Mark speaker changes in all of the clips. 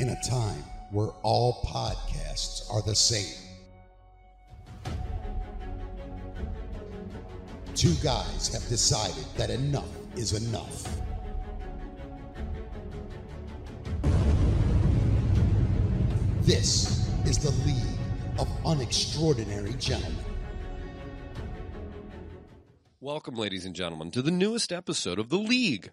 Speaker 1: in a time where all podcasts are the same. Two guys have decided that enough is enough. This is the League of Unextraordinary Gentlemen.
Speaker 2: Welcome, ladies and gentlemen, to the newest episode of The League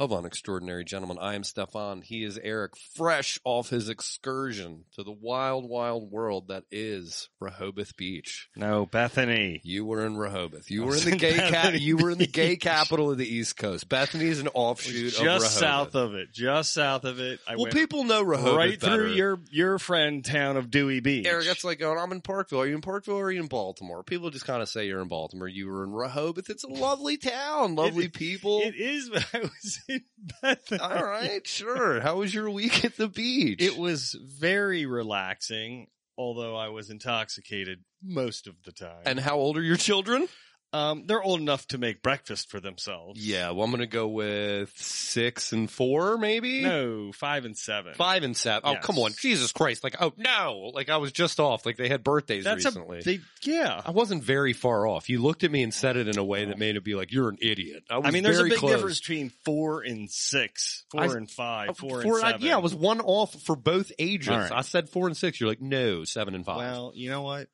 Speaker 2: of Unextraordinary Gentlemen. I am Stefan. He is Eric, fresh off his excursion to the wild, wild world that is Rehoboth Beach.
Speaker 3: No, Bethany.
Speaker 2: You were in Rehoboth. You
Speaker 3: I
Speaker 2: were in
Speaker 3: was
Speaker 2: the
Speaker 3: in
Speaker 2: gay cap.
Speaker 3: Bethany
Speaker 2: You were in the gay
Speaker 3: Beach.
Speaker 2: capital of the East Coast. Bethany is an offshoot
Speaker 3: just
Speaker 2: of Rehoboth.
Speaker 3: south of it. Just south of it. I
Speaker 2: well,
Speaker 3: went
Speaker 2: people know Rehoboth
Speaker 3: right
Speaker 2: better.
Speaker 3: through your your friend town of Dewey Beach.
Speaker 2: Eric, that's like going, I'm in Parkville. Are you in Parkville or are you in Baltimore? People just kind of say you're in Baltimore. You were in Rehoboth. It's a lovely town, lovely people.
Speaker 3: it is. but I was in Bethany.
Speaker 2: All right, sure. How was your week at the beach?
Speaker 3: It was very relaxing, although I was intoxicated most of the time.
Speaker 2: and how old are your children?
Speaker 3: um, they're old enough to make breakfast for themselves.
Speaker 2: Yeah, well, I'm going to go with six and four, maybe.
Speaker 3: No, five and seven.
Speaker 2: Five and seven. Oh,
Speaker 3: Yes.
Speaker 2: come on, Jesus Christ! Like, oh no! Like, I was just off. Like, they had birthdays
Speaker 3: That's
Speaker 2: recently.
Speaker 3: a they. Yeah.
Speaker 2: I wasn't very far off. You looked at me and said it in a way that made it be like, "You're an idiot." I, was
Speaker 3: I mean, there's a
Speaker 2: very
Speaker 3: big
Speaker 2: close.
Speaker 3: difference between four and six, four
Speaker 2: I- oh,
Speaker 3: and five, four,
Speaker 2: Four-
Speaker 3: and
Speaker 2: I-
Speaker 3: seven.
Speaker 2: yeah, I was one off for both ages.
Speaker 3: All right.
Speaker 2: I said four and six. You're like, no, seven and five.
Speaker 3: Well, you know what?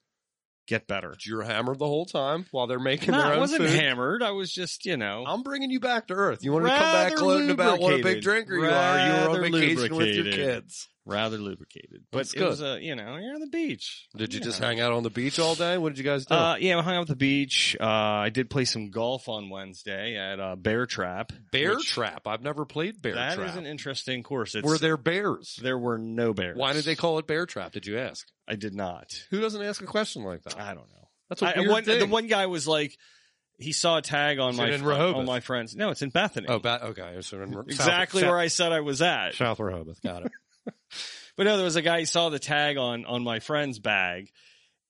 Speaker 3: Get better.
Speaker 2: You're hammered the whole time while they're making
Speaker 3: No,
Speaker 2: their own
Speaker 3: I wasn't
Speaker 2: food. Oh.
Speaker 3: hammered. I was just, you know.
Speaker 2: I'm bringing you back to earth. You want to come back
Speaker 3: Rather
Speaker 2: gloating about what a big
Speaker 3: lubricated.
Speaker 2: drinker you are? You were on
Speaker 3: Rather
Speaker 2: vacation with your
Speaker 3: lubricated.
Speaker 2: kids.
Speaker 3: rather lubricated. But
Speaker 2: That's
Speaker 3: it was a, you know, you're on the beach.
Speaker 2: Did you just Oh.
Speaker 3: know.
Speaker 2: hang out on the beach all day? What did you guys do?
Speaker 3: Uh, yeah, I hung out at the beach. Uh, I did play some golf on Wednesday at uh, Bear Trap.
Speaker 2: bear
Speaker 3: which-
Speaker 2: trap. I've never played bear
Speaker 3: That
Speaker 2: trap.
Speaker 3: is an interesting course. It's,
Speaker 2: were there bears?
Speaker 3: there were no bears.
Speaker 2: Why did they call it bear trap? Did you ask?
Speaker 3: I did not.
Speaker 2: Who doesn't ask a question like that?
Speaker 3: I don't know.
Speaker 2: That's a
Speaker 3: I-
Speaker 2: weird
Speaker 3: one,
Speaker 2: thing.
Speaker 3: The one guy was like, he saw a tag on
Speaker 2: Is
Speaker 3: my
Speaker 2: it in
Speaker 3: fr-
Speaker 2: Rehoboth?
Speaker 3: on my friends. No, it's in Bethany.
Speaker 2: oh, ba- okay. So in- south-
Speaker 3: exactly
Speaker 2: south,
Speaker 3: where I said I was at.
Speaker 2: South Rehoboth. Got it.
Speaker 3: But no, there was a guy he saw the tag on on my friend's bag,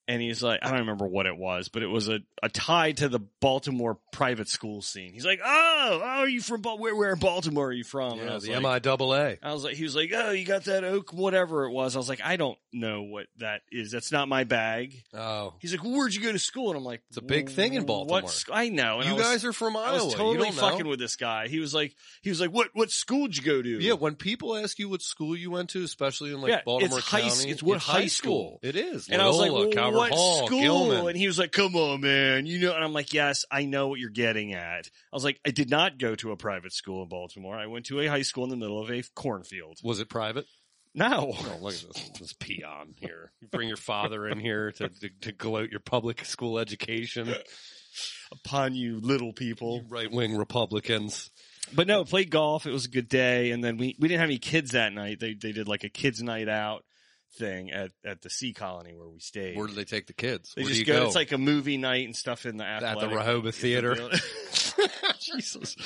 Speaker 3: and he's like, I don't remember what it was, but it was a, a tie to the Baltimore private school scene. He's like, Oh, oh, are you from Bal- where? Where in Baltimore are you from? and Oh, I
Speaker 2: yeah,
Speaker 3: was
Speaker 2: the
Speaker 3: like,
Speaker 2: MIAA.
Speaker 3: I was like, he was like, Oh, you got that oak, whatever it was. I was like, I don't know what that is. That's not my bag.
Speaker 2: Oh,
Speaker 3: He's like, well, Where'd you go to school? And I'm like,
Speaker 2: It's a big thing in Baltimore.
Speaker 3: What sc- I know. And
Speaker 2: you
Speaker 3: I was,
Speaker 2: guys are from
Speaker 3: I
Speaker 2: Iowa.
Speaker 3: was totally
Speaker 2: you don't know.
Speaker 3: fucking with this guy. He was like, he was like, what what school did you go to?
Speaker 2: Yeah, when people ask you what school you went to, especially in like
Speaker 3: Yeah, it's
Speaker 2: Baltimore
Speaker 3: high s-
Speaker 2: County,
Speaker 3: it's what high school.
Speaker 2: It is,
Speaker 3: And I was like,
Speaker 2: Loyola,
Speaker 3: well,
Speaker 2: Calvert
Speaker 3: what
Speaker 2: Hall,
Speaker 3: school?
Speaker 2: Gilman.
Speaker 3: And he was like, come on, man. You know, and I'm like, yes, I know what you're getting at. I was like, I did not go to a private school in Baltimore. I went to a high school in the middle of a cornfield.
Speaker 2: was it private?
Speaker 3: No.
Speaker 2: Oh, look at this, this peon here. You bring your father in here to, to, to gloat your public school education,
Speaker 3: Upon you little people.
Speaker 2: right wing Republicans.
Speaker 3: But no, played golf. It was a good day. And then we, we didn't have any kids that night. They, they did like a kids night out thing at, at the sea colony where we stayed.
Speaker 2: Where do they take the kids?
Speaker 3: they
Speaker 2: Where do you
Speaker 3: just go,
Speaker 2: go?
Speaker 3: It's like a movie night and stuff in the
Speaker 2: at the
Speaker 3: athletic-
Speaker 2: Rehoboth Theater.
Speaker 3: Jesus.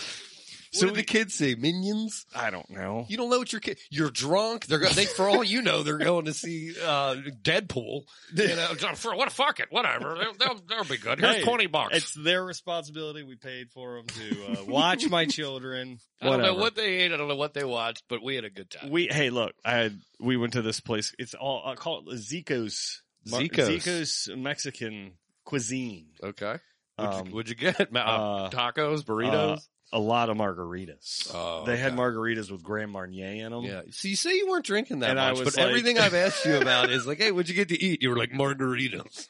Speaker 2: So
Speaker 3: So
Speaker 2: what did the
Speaker 3: we-
Speaker 2: kids see minions.
Speaker 3: I don't know.
Speaker 2: You don't know what your kid. You're drunk. They're go- they for all you know they're going to see uh, Deadpool. You know, uh, for what? Fuck it. Whatever. They'll, they'll, they'll be good. Here's
Speaker 3: Hey,
Speaker 2: twenty bucks.
Speaker 3: It's their responsibility. We paid for them to uh, watch my children.
Speaker 2: I don't
Speaker 3: Whatever.
Speaker 2: know what they ate. I don't know what they watched, but we had a good time.
Speaker 3: we hey, look, I had, we went to this place. It's all I call it Zico's Mar-
Speaker 2: Zico's.
Speaker 3: Zico's Mexican cuisine.
Speaker 2: okay. What'd,
Speaker 3: Um,
Speaker 2: you, what'd you get? Ma-
Speaker 3: uh,
Speaker 2: tacos, burritos.
Speaker 3: a lot of margaritas.
Speaker 2: Oh,
Speaker 3: they had
Speaker 2: okay.
Speaker 3: margaritas with Grand Marnier in them.
Speaker 2: yeah. So you say you weren't drinking that
Speaker 3: um, And I
Speaker 2: much,
Speaker 3: was
Speaker 2: but
Speaker 3: like-
Speaker 2: everything I've asked you about is like, hey, what'd you get to eat? You were like margaritas.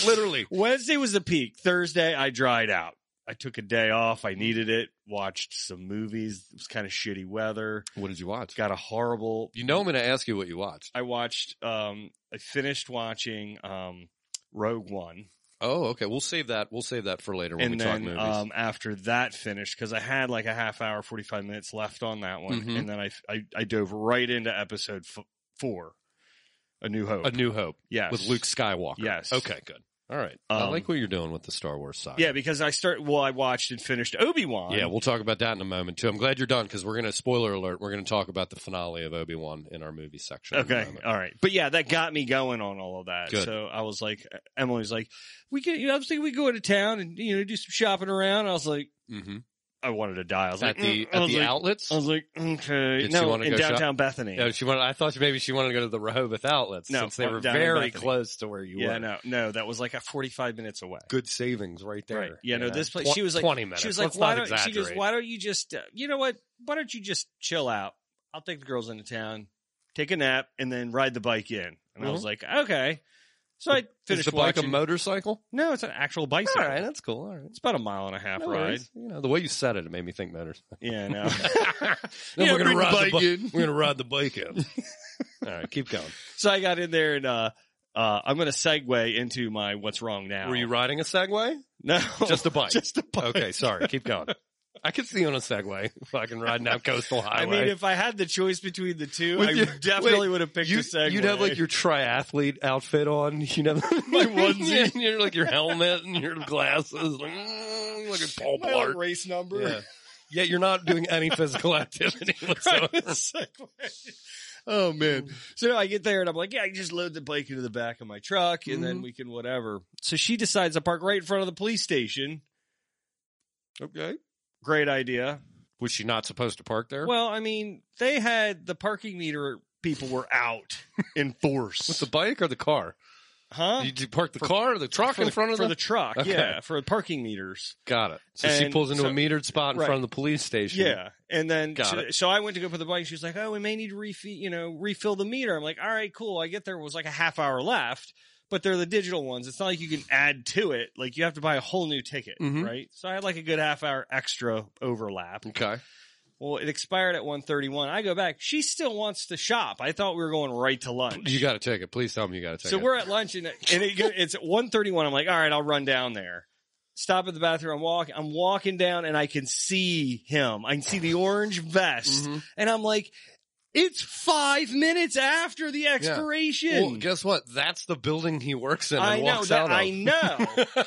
Speaker 2: Literally.
Speaker 3: Wednesday was the peak. Thursday, I dried out. I took a day off. I needed it. Watched some movies. It was kind of shitty weather.
Speaker 2: What did you watch?
Speaker 3: Got a horrible
Speaker 2: You know I'm going to ask you what you watched.
Speaker 3: I watched um I finished watching um Rogue One
Speaker 2: Oh, okay. We'll save that. We'll save that for later when we
Speaker 3: and
Speaker 2: talk
Speaker 3: then
Speaker 2: movies.
Speaker 3: um after that finished cuz I had like a half hour 45 minutes left on that one
Speaker 2: Mhm.
Speaker 3: and then I, I I dove right into episode f- 4 A New Hope.
Speaker 2: a New Hope
Speaker 3: yes.
Speaker 2: with Luke Skywalker.
Speaker 3: Yes.
Speaker 2: Okay, good. All right. I
Speaker 3: Um,
Speaker 2: like what you're doing with the Star Wars side.
Speaker 3: Yeah, because I start well I watched and finished Obi-Wan.
Speaker 2: Yeah, we'll talk about that in a moment too. I'm glad you're done because we're gonna spoiler alert. We're gonna talk about the finale of Obi Wan in our movie section. in a
Speaker 3: Okay,
Speaker 2: moment.
Speaker 3: all right, but yeah, that got me going on all of that.
Speaker 2: Good.
Speaker 3: So I was like, Emily's like, we could, you know, I was thinking we go into town and you know do some shopping around. I was like,
Speaker 2: Mhm.
Speaker 3: I wanted to die. I was
Speaker 2: at
Speaker 3: like,
Speaker 2: the
Speaker 3: mm, I
Speaker 2: at
Speaker 3: was
Speaker 2: the
Speaker 3: like-
Speaker 2: outlets.
Speaker 3: I was like, okay,
Speaker 2: Did she
Speaker 3: no,
Speaker 2: wanna
Speaker 3: in
Speaker 2: go shop-
Speaker 3: downtown Bethany.
Speaker 2: No, she wanted. I thought maybe she wanted to go to the Rehoboth outlets
Speaker 3: No, uh,
Speaker 2: since they
Speaker 3: down
Speaker 2: were
Speaker 3: in
Speaker 2: very
Speaker 3: Bethany.
Speaker 2: close to where you
Speaker 3: yeah,
Speaker 2: were.
Speaker 3: no, no, that was like a forty-five minutes away.
Speaker 2: Good savings right there.
Speaker 3: Right. Yeah,
Speaker 2: you
Speaker 3: no,
Speaker 2: know?
Speaker 3: this place-
Speaker 2: Tw-
Speaker 3: she was like-
Speaker 2: twenty minutes.
Speaker 3: She was like,
Speaker 2: Let's
Speaker 3: why
Speaker 2: not
Speaker 3: don't, she
Speaker 2: exaggerate.
Speaker 3: goes, why don't you just, uh, you know what? Why don't you just chill out? I'll take the girls into town, take a nap, and then ride the bike in. And I was like, okay. So I
Speaker 2: Mm-hmm. Is
Speaker 3: finished
Speaker 2: the bike
Speaker 3: watching.
Speaker 2: a motorcycle?
Speaker 3: no, it's an actual bicycle.
Speaker 2: All right, that's cool. All right.
Speaker 3: It's about a mile and a half
Speaker 2: No
Speaker 3: ride.
Speaker 2: worries. You know, the way you said it, it made me think motorcycle.
Speaker 3: Yeah, no.
Speaker 2: Then
Speaker 3: Yeah,
Speaker 2: we're gonna
Speaker 3: bring the
Speaker 2: ride the
Speaker 3: bike
Speaker 2: bike.
Speaker 3: in.
Speaker 2: we're gonna ride the bike in. All right, keep going.
Speaker 3: so I got in there and uh, uh, I'm going to segue into my what's wrong now.
Speaker 2: Were you riding a Segway?
Speaker 3: No,
Speaker 2: Just a bike.
Speaker 3: just a bike.
Speaker 2: Okay, sorry. Keep going. I could see you on a Segway fucking riding down coastal
Speaker 3: I
Speaker 2: highway.
Speaker 3: mean, if I had the choice between the two,
Speaker 2: With
Speaker 3: I
Speaker 2: your- wait,
Speaker 3: definitely would have picked
Speaker 2: you,
Speaker 3: a Segway.
Speaker 2: would have like your triathlete outfit on, you know,
Speaker 3: My onesie.
Speaker 2: Yeah, and your like your helmet and your glasses, like, mm, you look at Paul
Speaker 3: My, like,
Speaker 2: Blart.
Speaker 3: race number.
Speaker 2: Yeah. yeah, you're not doing any physical activity whatsoever.
Speaker 3: Right, it's like, oh man! So now I get there and I'm like, yeah, I can just load the bike into the back of my truck and then
Speaker 2: Mhm.
Speaker 3: we can whatever. So she decides to park right in front of the police station.
Speaker 2: Okay,
Speaker 3: Great idea.
Speaker 2: was she not supposed to park there?
Speaker 3: Well, I mean, they had the parking meter people were out in
Speaker 2: with
Speaker 3: force,
Speaker 2: the bike or the car?
Speaker 3: huh?
Speaker 2: Did you park the car or the truck
Speaker 3: for
Speaker 2: in front of
Speaker 3: for
Speaker 2: them?
Speaker 3: the truck,
Speaker 2: Okay.
Speaker 3: yeah, for parking meters.
Speaker 2: Got it. So she
Speaker 3: And
Speaker 2: pulls into
Speaker 3: so-
Speaker 2: a metered spot in
Speaker 3: right.
Speaker 2: front of the police station.
Speaker 3: Yeah, and then
Speaker 2: Got
Speaker 3: so, so I went to go put the bike. She was like, "Oh, we may need to refill, you know, refill the meter." I'm like, "All right, cool." I get there it was like a half hour left, but they're the digital ones. It's not like you can add to it. Like you have to buy a whole new ticket,
Speaker 2: Mhm.
Speaker 3: right? So I had like a good half hour extra overlap.
Speaker 2: Okay.
Speaker 3: Well, it expired at 1:31. I go back. She still wants to shop. I thought we were going right to lunch.
Speaker 2: You got to take it. Please tell me you got to take
Speaker 3: So
Speaker 2: it.
Speaker 3: we're at lunch and, and it, go- it's at 1.31. I'm like, all right, I'll run down there. Stop at the bathroom. I'm walking. I'm walking down and I can see him. I can see the orange vest.
Speaker 2: Mhm.
Speaker 3: And I'm like, it's five minutes after the expiration.
Speaker 2: Well, guess what? That's the building he works in and
Speaker 3: I know
Speaker 2: walks
Speaker 3: that.
Speaker 2: out
Speaker 3: I
Speaker 2: of.
Speaker 3: know.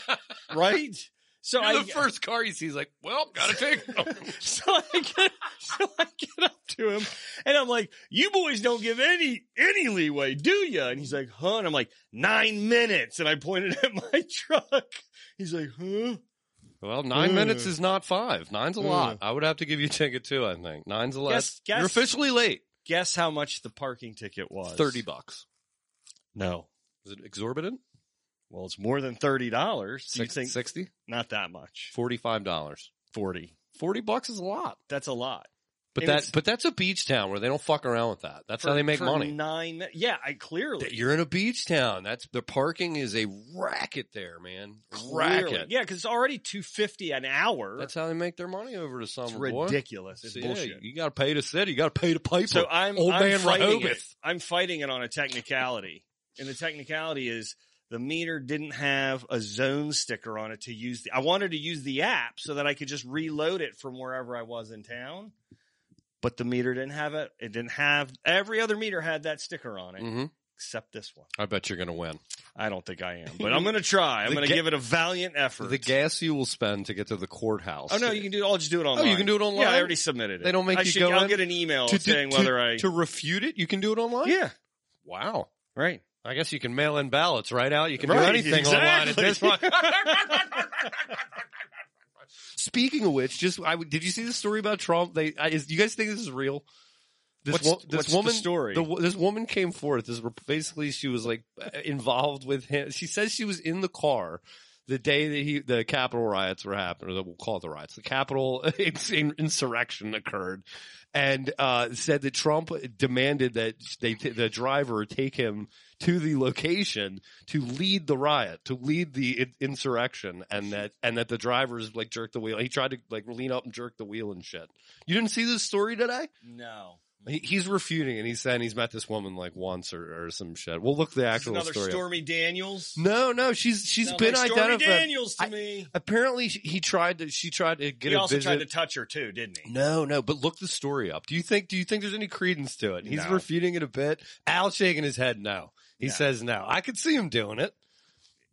Speaker 3: right? So
Speaker 2: You're
Speaker 3: I,
Speaker 2: the first car he sees, like, well, gotta take. it.
Speaker 3: so I get so I get up to him and I'm like, "You boys don't give any any leeway, do you?" And he's like, "Huh?" And I'm like, nine minutes." And I pointed at my truck. He's like, "Huh?"
Speaker 2: well, nine
Speaker 3: Ugh.
Speaker 2: minutes is not five. Nine's a lot.
Speaker 3: Ugh.
Speaker 2: I would have to give you a ticket too. I think nine's a lot.
Speaker 3: Mm. Guess- guess-
Speaker 2: You're officially late.
Speaker 3: Guess how much the parking ticket was?
Speaker 2: Thirty bucks.
Speaker 3: No.
Speaker 2: Is it exorbitant?
Speaker 3: Well, it's more than thirty dollars. So you
Speaker 2: Six-
Speaker 3: think
Speaker 2: 60?
Speaker 3: not that much?
Speaker 2: Forty-five dollars.
Speaker 3: Forty.
Speaker 2: Forty bucks is a lot.
Speaker 3: That's a lot.
Speaker 2: But
Speaker 3: And
Speaker 2: that,
Speaker 3: it's-
Speaker 2: but that's a beach town where they don't fuck around with that. That's how
Speaker 3: For-
Speaker 2: they make
Speaker 3: for
Speaker 2: money.
Speaker 3: Nine. Yeah, I clearly.
Speaker 2: That You're in a beach town. That's the parking is a racket there, man.
Speaker 3: clearly.
Speaker 2: Racket.
Speaker 3: Yeah, because it's already two fifty an hour.
Speaker 2: That's how they make their money over to
Speaker 3: it's
Speaker 2: summer. Boy.
Speaker 3: ridiculous. It's
Speaker 2: Yeah,
Speaker 3: bullshit.
Speaker 2: You got to pay the city. You got to pay the piper.
Speaker 3: So I'm
Speaker 2: Old
Speaker 3: I'm
Speaker 2: man
Speaker 3: fighting It.
Speaker 2: Rehoboth.
Speaker 3: I'm fighting it on a technicality, and the technicality is the meter didn't have a zone sticker on it to use. The, I wanted to use the app so that I could just reload it from wherever I was in town, but the meter didn't have it. It didn't have every other meter had that sticker on it
Speaker 2: hmm
Speaker 3: except this one.
Speaker 2: I bet you're going to win.
Speaker 3: I don't think I am, but I'm going to try. I'm
Speaker 2: The
Speaker 3: going to
Speaker 2: ga-
Speaker 3: give it a valiant effort.
Speaker 2: The gas you will spend to get to the courthouse.
Speaker 3: Oh no, you can do. I'll just do it online.
Speaker 2: you can do it online?
Speaker 3: Yeah, I already submitted it.
Speaker 2: They don't make
Speaker 3: I
Speaker 2: you
Speaker 3: should,
Speaker 2: go
Speaker 3: I'll
Speaker 2: in?
Speaker 3: get an email
Speaker 2: to, to-
Speaker 3: saying
Speaker 2: to-
Speaker 3: whether I.
Speaker 2: to refute it. You can do it online.
Speaker 3: yeah.
Speaker 2: Wow.
Speaker 3: Right.
Speaker 2: I guess you can mail in ballots right out. You can do
Speaker 3: Right,
Speaker 2: anything online at
Speaker 3: exactly.
Speaker 2: this point. Speaking of which, just I would- did you see the story about Trump? They I, is, you guys think this is real? This
Speaker 3: What's-
Speaker 2: wo- this
Speaker 3: what's the
Speaker 2: woman
Speaker 3: story?
Speaker 2: the wo- this woman came forth. This rep- basically she was like involved with him. She says she was in the car the day that he the Capitol riots were happening, or the, we'll call it the riots. The Capitol in- insurrection occurred, and uh, said that Trump demanded that they t- the driver take him to the location to lead the riot, to lead the in- insurrection, and that and that the drivers like jerked the wheel. He tried to like lean up and jerk the wheel and shit. You didn't see this story today?
Speaker 3: No.
Speaker 2: He, he's refuting it. He's saying he's met this woman like once or, or some shit. We'll look the
Speaker 3: This is
Speaker 2: actual
Speaker 3: another
Speaker 2: story. up.
Speaker 3: Stormy Daniels.
Speaker 2: No, no, she's she's
Speaker 3: Sounds
Speaker 2: been
Speaker 3: like
Speaker 2: identified.
Speaker 3: Stormy Daniels to
Speaker 2: I-
Speaker 3: me.
Speaker 2: Apparently, she, he tried to. She tried to get
Speaker 3: He
Speaker 2: a
Speaker 3: also
Speaker 2: visit.
Speaker 3: tried to touch her too, didn't he?
Speaker 2: No, no, but look the story up. Do you think do you think there's any credence to it? He's
Speaker 3: No.
Speaker 2: refuting it a bit. Al shaking his head no. He
Speaker 3: No.
Speaker 2: says no. I could see him doing it.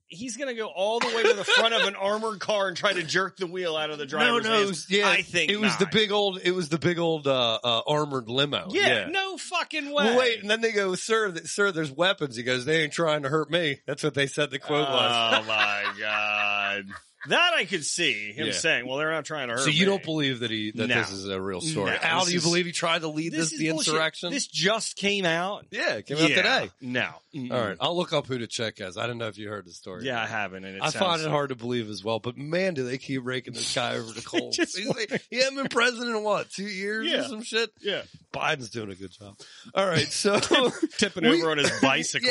Speaker 3: He's going to go all the way to the front of an armored car and try to jerk the wheel out of the driver's
Speaker 2: no, no, it
Speaker 3: hands.
Speaker 2: was- yeah.
Speaker 3: I think
Speaker 2: it was the
Speaker 3: not.
Speaker 2: big old it was the big old uh, uh, armored limo.
Speaker 3: Yeah, no fucking way.
Speaker 2: Well, wait, and then they go, "Sir, th- sir, there's weapons." He goes, "They ain't trying to hurt me." That's what they said the quote was.
Speaker 3: Oh my Oh, god. That I could see him
Speaker 2: Yeah.
Speaker 3: saying, "Well, they're not trying to hurt."
Speaker 2: So you
Speaker 3: me.
Speaker 2: don't believe that he that
Speaker 3: No.
Speaker 2: this is a real story?
Speaker 3: No,
Speaker 2: Al, do
Speaker 3: this
Speaker 2: you
Speaker 3: is-
Speaker 2: believe he tried to lead this,
Speaker 3: is
Speaker 2: the
Speaker 3: bullshit.
Speaker 2: insurrection?
Speaker 3: This just came out.
Speaker 2: yeah, it came out
Speaker 3: Yeah.
Speaker 2: today.
Speaker 3: No.
Speaker 2: All right, I'll look up who to check as. I don't know if you heard the story.
Speaker 3: Yeah, I haven't. And it
Speaker 2: I
Speaker 3: sounds-
Speaker 2: find it hard to believe as well, but man, do they keep raking this guy over the coals.
Speaker 3: just
Speaker 2: He's like, he hasn't been president in what, two years or
Speaker 3: Yeah.
Speaker 2: some shit?
Speaker 3: Yeah,
Speaker 2: Biden's doing a good job. All right, so
Speaker 3: tipping
Speaker 2: We-
Speaker 3: over on his bicycle.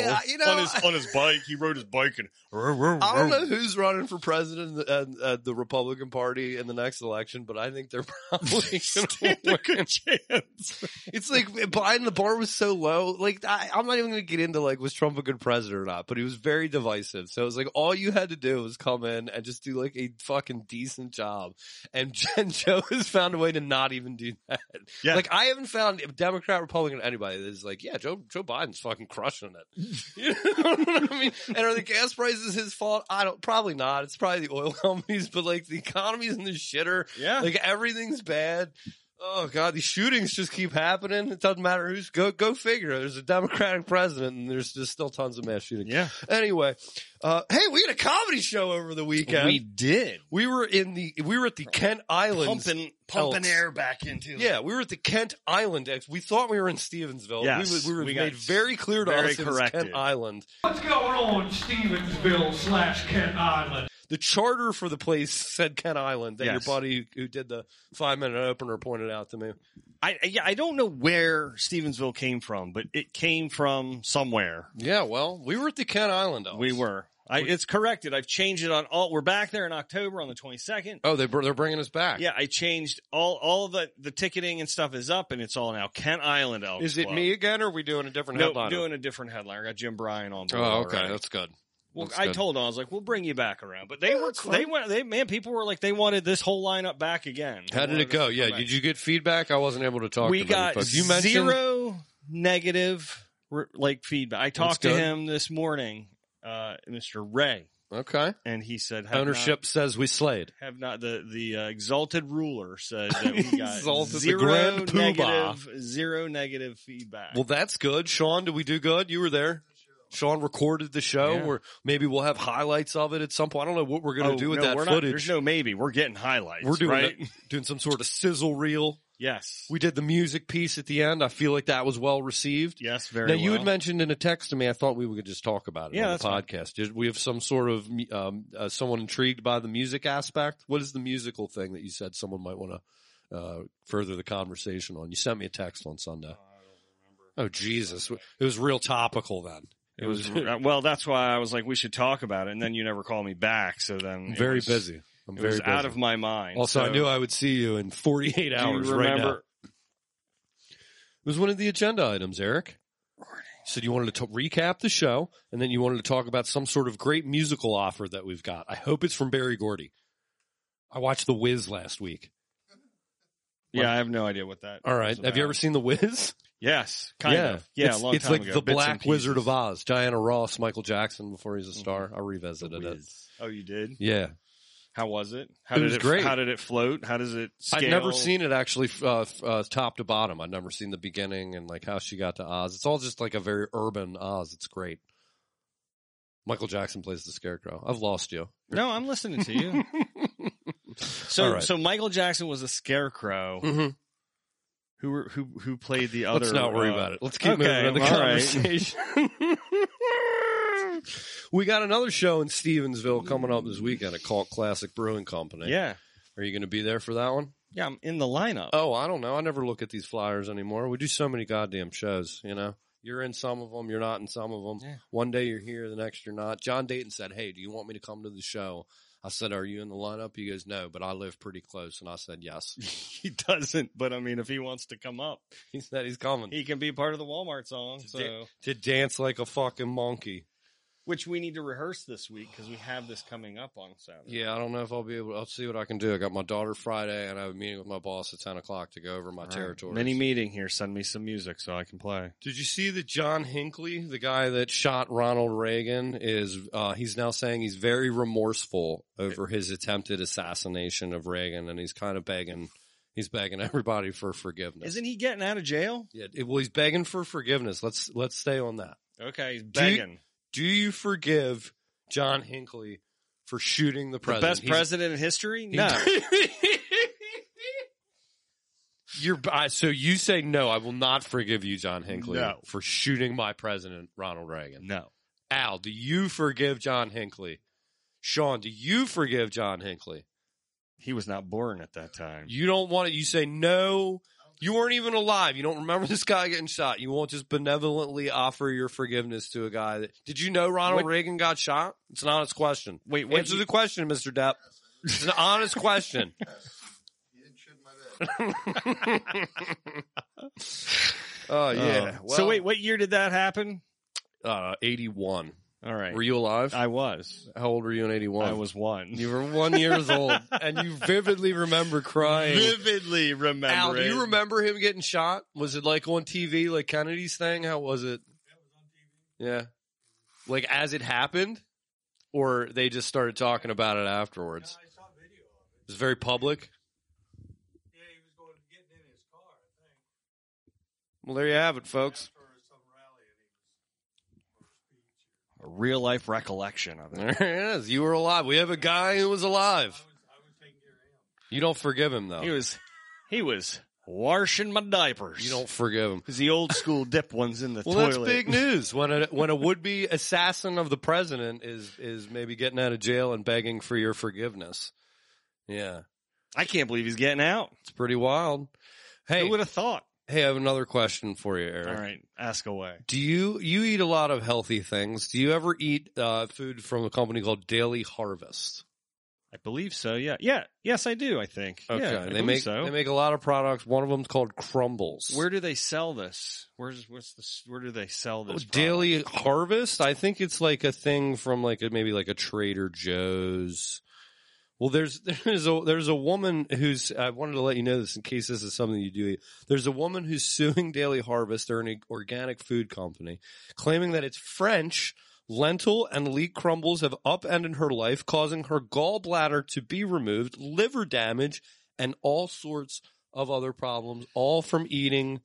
Speaker 2: Yeah, you know,
Speaker 3: on his on his bike, he rode his bike and.
Speaker 2: I don't know who's running for president at, at the Republican Party in the next election, but I think they're probably going to
Speaker 3: Stand a good chance.
Speaker 2: It's like Biden, the bar was so low. Like, I, I'm not even going to get into like, was Trump a good president or not, but he was very divisive. So it was like, all you had to do was come in and just do like a fucking decent job. And Jen Joe has found a way to not even do that.
Speaker 3: Yeah.
Speaker 2: Like, I haven't found a Democrat, Republican, anybody that is like, yeah, Joe, Joe Biden's fucking crushing it. You know what I mean? And are the gas prices his fault? I don't, probably not. It's probably the oil companies, but like the economy's in the shitter.
Speaker 3: Yeah,
Speaker 2: Like everything's bad. Oh God, these shootings just keep happening. It doesn't matter who's go go figure. There's a Democratic president, and there's just still tons of mass shootings.
Speaker 3: yeah.
Speaker 2: Anyway, uh, hey, we had a comedy show over the weekend.
Speaker 3: We
Speaker 2: We,
Speaker 3: did
Speaker 2: were in the we were at the Kent Islands.
Speaker 3: pumping pumping
Speaker 2: Else.
Speaker 3: air back into. it.
Speaker 2: Yeah, we were at the Kent Island. Ex- We thought we were in Stevensville.
Speaker 3: Yes,
Speaker 2: we, were- we were
Speaker 3: we got
Speaker 2: made very clear to
Speaker 3: very
Speaker 2: us it was
Speaker 3: corrected.
Speaker 2: Kent Island.
Speaker 4: What's going on, Stevensville slash Kent Island?
Speaker 2: The charter for the place said Kent Island. That
Speaker 3: Yes.
Speaker 2: your buddy who did the five minute opener pointed out to me.
Speaker 3: I yeah I don't know where Stevensville came from, but it came from somewhere.
Speaker 2: Yeah, well, we were at the Kent Island.
Speaker 3: We were. I, it's corrected. I've changed it on all. We're back there in October on the 22nd.
Speaker 2: Oh, they br- they're bringing us back.
Speaker 3: Yeah, I changed all all the the ticketing and stuff is up, and it's all now Kent Island Elks.
Speaker 2: Is it
Speaker 3: Club.
Speaker 2: me again, or are we doing a different
Speaker 3: No,
Speaker 2: headliner?
Speaker 3: doing a different headliner. I got Jim Bryan on. board
Speaker 2: oh, okay,
Speaker 3: already.
Speaker 2: that's good.
Speaker 3: Well,
Speaker 2: that's
Speaker 3: I
Speaker 2: good.
Speaker 3: told him I was like, "We'll bring you back around," but they were
Speaker 2: that's
Speaker 3: they
Speaker 2: fine.
Speaker 3: went they man, people were like they wanted this whole lineup back again. They
Speaker 2: How did
Speaker 3: wanted
Speaker 2: it go?
Speaker 3: us to
Speaker 2: Yeah,
Speaker 3: come back.
Speaker 2: did you get feedback? I wasn't able to talk.
Speaker 3: we
Speaker 2: to
Speaker 3: got
Speaker 2: many folks. you mentioned
Speaker 3: zero negative re- like feedback. I talked to
Speaker 2: good.
Speaker 3: him this morning, uh, Mr. Ray,
Speaker 2: Okay,
Speaker 3: and he said have not-
Speaker 2: ownership says we slayed.
Speaker 3: have not the the uh, exalted ruler said that we got
Speaker 2: Exalted, the
Speaker 3: zero
Speaker 2: grand poobah.
Speaker 3: negative zero negative feedback.
Speaker 2: Well, that's good, Sean. Did we do good? You were there. Sean recorded the show.
Speaker 3: Yeah.
Speaker 2: Or maybe we'll have highlights of it at some point. I don't know what we're going to
Speaker 3: Oh,
Speaker 2: do with
Speaker 3: no,
Speaker 2: that
Speaker 3: we're not-
Speaker 2: footage.
Speaker 3: there's no maybe. We're getting highlights.
Speaker 2: we're doing
Speaker 3: right.
Speaker 2: a- doing some sort of sizzle reel.
Speaker 3: Yes.
Speaker 2: We did the music piece at the end. I feel like that was well received.
Speaker 3: yes. Very.
Speaker 2: now you
Speaker 3: well.
Speaker 2: had mentioned in a text to me. I thought we would just talk about it
Speaker 3: Yeah,
Speaker 2: on the
Speaker 3: that's fine.
Speaker 2: podcast. Did We have some sort of um, uh, someone intrigued by the music aspect. What is the musical thing that you said someone might want to uh, further the conversation on? You sent me a text on Sunday. Oh Jesus! It was real topical then.
Speaker 3: It was well. That's why I was like, we should talk about it, and then you never call me back. So then it
Speaker 2: very
Speaker 3: was-
Speaker 2: busy. I'm
Speaker 3: It
Speaker 2: very
Speaker 3: was
Speaker 2: busy.
Speaker 3: out of my mind.
Speaker 2: also, I
Speaker 3: So,
Speaker 2: knew I would see you in 48
Speaker 3: do you
Speaker 2: hours. Right now,
Speaker 3: remember?
Speaker 2: it was one of the agenda items, Eric. said you wanted to t- recap the show and then you wanted to talk about some sort of great musical offer that we've got. I hope it's from Barry Gordy. I watched The Wiz last week.
Speaker 3: Yeah, I have no idea what that.
Speaker 2: All right.
Speaker 3: was
Speaker 2: Have you
Speaker 3: about.
Speaker 2: ever seen The Wiz?
Speaker 3: Yes, kind
Speaker 2: yeah.
Speaker 3: of. Yeah,
Speaker 2: it's,
Speaker 3: a long
Speaker 2: it's
Speaker 3: time
Speaker 2: like
Speaker 3: ago.
Speaker 2: The
Speaker 3: Bits and
Speaker 2: Black Wizard of
Speaker 3: pieces. Mm-hmm.
Speaker 2: Oz, Diana Ross, Michael Jackson before he's a star. I
Speaker 3: The
Speaker 2: revisited it.
Speaker 3: Wiz. Oh, you did.
Speaker 2: Yeah.
Speaker 3: How was it? How
Speaker 2: It
Speaker 3: did
Speaker 2: was
Speaker 3: it
Speaker 2: great.
Speaker 3: How did it float? How does it? Scale?
Speaker 2: I've never seen it actually uh, f- uh, top to bottom. I've never seen the beginning and like how she got to Oz. It's all just like a very urban Oz. It's great. Michael Jackson plays the Scarecrow. I've lost you.
Speaker 3: No, I'm listening to you.
Speaker 2: All
Speaker 3: so,
Speaker 2: right. Mm-hmm.
Speaker 3: so Michael Jackson was a scarecrow who were- who who played the other.
Speaker 2: Let's not worry
Speaker 3: uh,
Speaker 2: about it. Let's keep
Speaker 3: okay,
Speaker 2: moving on the
Speaker 3: all right.
Speaker 2: conversation. we got another show in Stevensville coming up this weekend at Cult Classic Brewing Company.
Speaker 3: Yeah,
Speaker 2: Are you going to be there for that one?
Speaker 3: yeah, I'm in the lineup.
Speaker 2: Oh, I don't know. I never look at these flyers anymore. We do so many goddamn shows, you know. You're in some of them, you're not in some of them.
Speaker 3: Yeah.
Speaker 2: One day you're here, the next you're not. John Dayton said, "Hey, do you want me to come to the show?" I said, "Are you in the lineup?" He goes, "No, but I live pretty close." And I said, "Yes."
Speaker 3: he doesn't, but I mean, if he wants to come up,
Speaker 2: He said he's coming
Speaker 3: he can be part of the Walmart song. So,
Speaker 2: to dance like a fucking monkey.
Speaker 3: which we need to rehearse this week because we have this coming up on Saturday.
Speaker 2: Yeah, I don't know if I'll be able. I'll see what I can do. I got my daughter Friday, and I have a meeting with my boss at ten o'clock to go over my territory.
Speaker 3: Mini meeting here. Send me some music so I can play.
Speaker 2: Did you see that John Hinckley, the guy that shot Ronald Reagan, is uh, he's now saying he's very remorseful over his attempted assassination of Reagan, and he's kind of begging, he's begging everybody for forgiveness.
Speaker 3: Isn't he getting out of jail?
Speaker 2: yeah, it- well, he's begging for forgiveness. Let's let's stay on that.
Speaker 3: Okay, he's
Speaker 2: Do you-
Speaker 3: begging.
Speaker 2: Do you forgive John Hinckley for shooting the
Speaker 3: The
Speaker 2: president.
Speaker 3: best
Speaker 2: He's-
Speaker 3: president in history?
Speaker 2: he-
Speaker 3: No.
Speaker 2: You're I- so you say no. I will not forgive you, John Hinckley,
Speaker 3: No.
Speaker 2: for shooting my president, Ronald Reagan.
Speaker 3: no.
Speaker 2: Al, do you forgive John Hinckley? Sean, do you forgive John Hinckley?
Speaker 3: He was not born at that time.
Speaker 2: You don't want it. You say no. You weren't even alive. You don't remember this guy getting shot. You won't just benevolently offer your forgiveness to a guy that. Did you know Ronald
Speaker 3: What-
Speaker 2: Reagan got shot? It's an honest question.
Speaker 3: Wait, what
Speaker 2: Answer
Speaker 3: you-
Speaker 2: the question, Mister Depp. It's an honest question. oh yeah.
Speaker 3: Uh,
Speaker 2: Well,
Speaker 3: so wait, what year did that happen?
Speaker 2: uh, eighty-one.
Speaker 3: All right.
Speaker 2: Were you alive?
Speaker 3: I was.
Speaker 2: How old were you in eighty-one?
Speaker 3: Uh, I was one.
Speaker 2: You were one years old, and you vividly remember crying.
Speaker 3: vividly remember.
Speaker 2: Al, do
Speaker 3: it.
Speaker 2: you remember him getting shot? Was it like on TV, like Kennedy's thing? How was it? Yeah. Like as it happened? Or they just started talking about it afterwards?
Speaker 4: I saw video of it.
Speaker 2: It was very public.
Speaker 4: Yeah, he was going getting in his car, I think,
Speaker 2: Well, there you have it, folks.
Speaker 4: for some rally, and he was for a speech.
Speaker 3: A real life recollection of
Speaker 2: There
Speaker 3: it.
Speaker 2: it is. You were alive. We have a guy who was alive.
Speaker 4: I was, I was taking care of him.
Speaker 2: You don't forgive him, though.
Speaker 3: He was, he was washing my diapers.
Speaker 2: You don't forgive him.
Speaker 3: because the old school dip ones in the
Speaker 2: Well,
Speaker 3: toilet.
Speaker 2: that's big news when a when a would be assassin of the president is is maybe getting out of jail and begging for your forgiveness. Yeah,
Speaker 3: I can't believe he's getting out.
Speaker 2: it's pretty wild. Hey,
Speaker 3: Who would have thought?
Speaker 2: Hey, I have another question for you, Eric.
Speaker 3: All right, ask away.
Speaker 2: Do you you eat a lot of healthy things? Do you ever eat uh, food from a company called Daily Harvest?
Speaker 3: I believe so. Yeah, yeah, yes, I do. I think. yeah, I
Speaker 2: they
Speaker 3: believe
Speaker 2: make
Speaker 3: so.
Speaker 2: they make a lot of products. One of them's called Crumbles.
Speaker 3: Where do they sell this? Where's what's this? Where do they sell
Speaker 2: Oh,
Speaker 3: this?
Speaker 2: Daily Harvest? I think it's like a thing from like a, maybe like a Trader Joe's. Well, there's there's a there's a woman who's I wanted to let you know this in case this is something you do eat. There's a woman who's suing Daily Harvest, they're an organic food company, claiming that it's French lentil and leek crumbles have upended her life, causing her gallbladder to be removed, liver damage, and all sorts of other problems, all from eating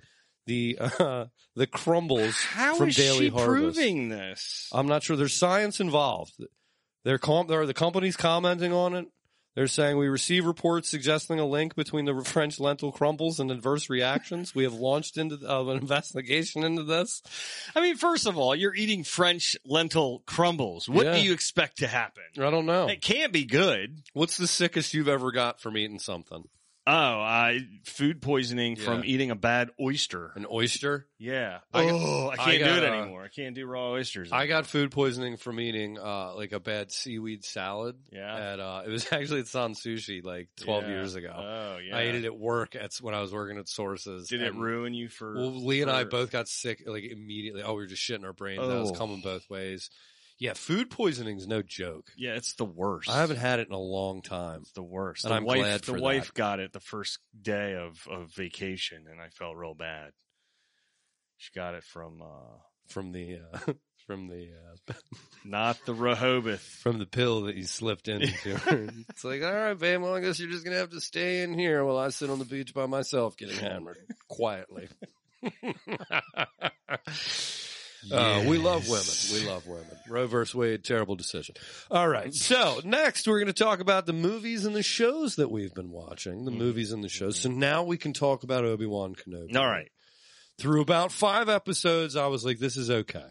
Speaker 2: the uh, the crumbles
Speaker 3: How
Speaker 2: from
Speaker 3: is
Speaker 2: Daily
Speaker 3: she
Speaker 2: Harvest. Uh,
Speaker 3: proving this?
Speaker 2: I'm not sure. There's science involved. They're com- there are the companies commenting on it. They're saying we receive reports suggesting a link between the French lentil crumbles and adverse reactions. we have launched into uh, an investigation into this.
Speaker 3: I mean, first of all, you're eating French lentil crumbles. What
Speaker 2: Yeah. Oh.
Speaker 3: do you expect to happen?
Speaker 2: I don't know.
Speaker 3: It can't be good.
Speaker 2: What's the sickest you've ever got from eating something?
Speaker 3: Oh, uh, food poisoning from
Speaker 2: Yeah.
Speaker 3: eating a bad oyster.
Speaker 2: An oyster?
Speaker 3: Yeah.
Speaker 2: I got-
Speaker 3: oh, I can't
Speaker 2: I got,
Speaker 3: do it
Speaker 2: uh,
Speaker 3: anymore. I can't do raw oysters.
Speaker 2: I got food poisoning from eating uh, like a bad seaweed salad.
Speaker 3: Yeah.
Speaker 2: At uh, it was actually at San Sushi like 12
Speaker 3: Yeah.
Speaker 2: years ago.
Speaker 3: Oh, yeah.
Speaker 2: I ate it at work at when I was working at Sources.
Speaker 3: Did it
Speaker 2: and-
Speaker 3: ruin you for?
Speaker 2: Well, Lee and I
Speaker 3: for-
Speaker 2: both got sick like immediately. Oh, we were just shitting our brains. That was
Speaker 3: Oh.
Speaker 2: coming both ways. Yeah, food poisoning's no joke.
Speaker 3: Yeah, it's the worst.
Speaker 2: I haven't had it in a long time.
Speaker 3: It's the worst.
Speaker 2: And
Speaker 3: the
Speaker 2: I'm
Speaker 3: wife,
Speaker 2: glad
Speaker 3: the
Speaker 2: for
Speaker 3: wife
Speaker 2: that.
Speaker 3: got it the first day of of vacation, and I felt real bad. She got it from uh
Speaker 2: From the uh, from the uh,
Speaker 3: not the Rehoboth.
Speaker 2: from the pill that you slipped into. it's like, all right, babe. Well, I guess you're just gonna have to stay in here while I sit on the beach by myself getting hammered quietly. Uh, we love women. We love women. Roe versus Wade, terrible decision. All right. So next, we're going to talk about the movies and the shows that we've been watching. The
Speaker 3: Mhm.
Speaker 2: movies and the shows. So now we can talk about Obi Wan Kenobi.
Speaker 3: All right.
Speaker 2: Through about five episodes, I was like, "This is okay."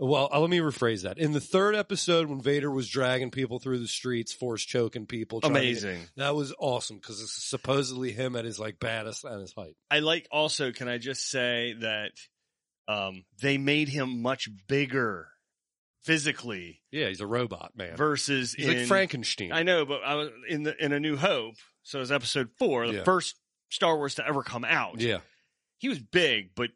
Speaker 2: Well, uh, let me rephrase that. In the third episode, when Vader was dragging people through the streets, force choking people, trying to get-
Speaker 3: Amazing.
Speaker 2: that was awesome because it's supposedly him at his like baddest and his height.
Speaker 3: I like also, can I just say that um they made him much bigger physically
Speaker 2: Yeah, he's a robot man.
Speaker 3: versus
Speaker 2: he's
Speaker 3: in
Speaker 2: like Frankenstein.
Speaker 3: I know, but I was in the in a New Hope, so it was episode four, the
Speaker 2: Yeah.
Speaker 3: first Star Wars to ever come out.
Speaker 2: yeah.
Speaker 3: He was big but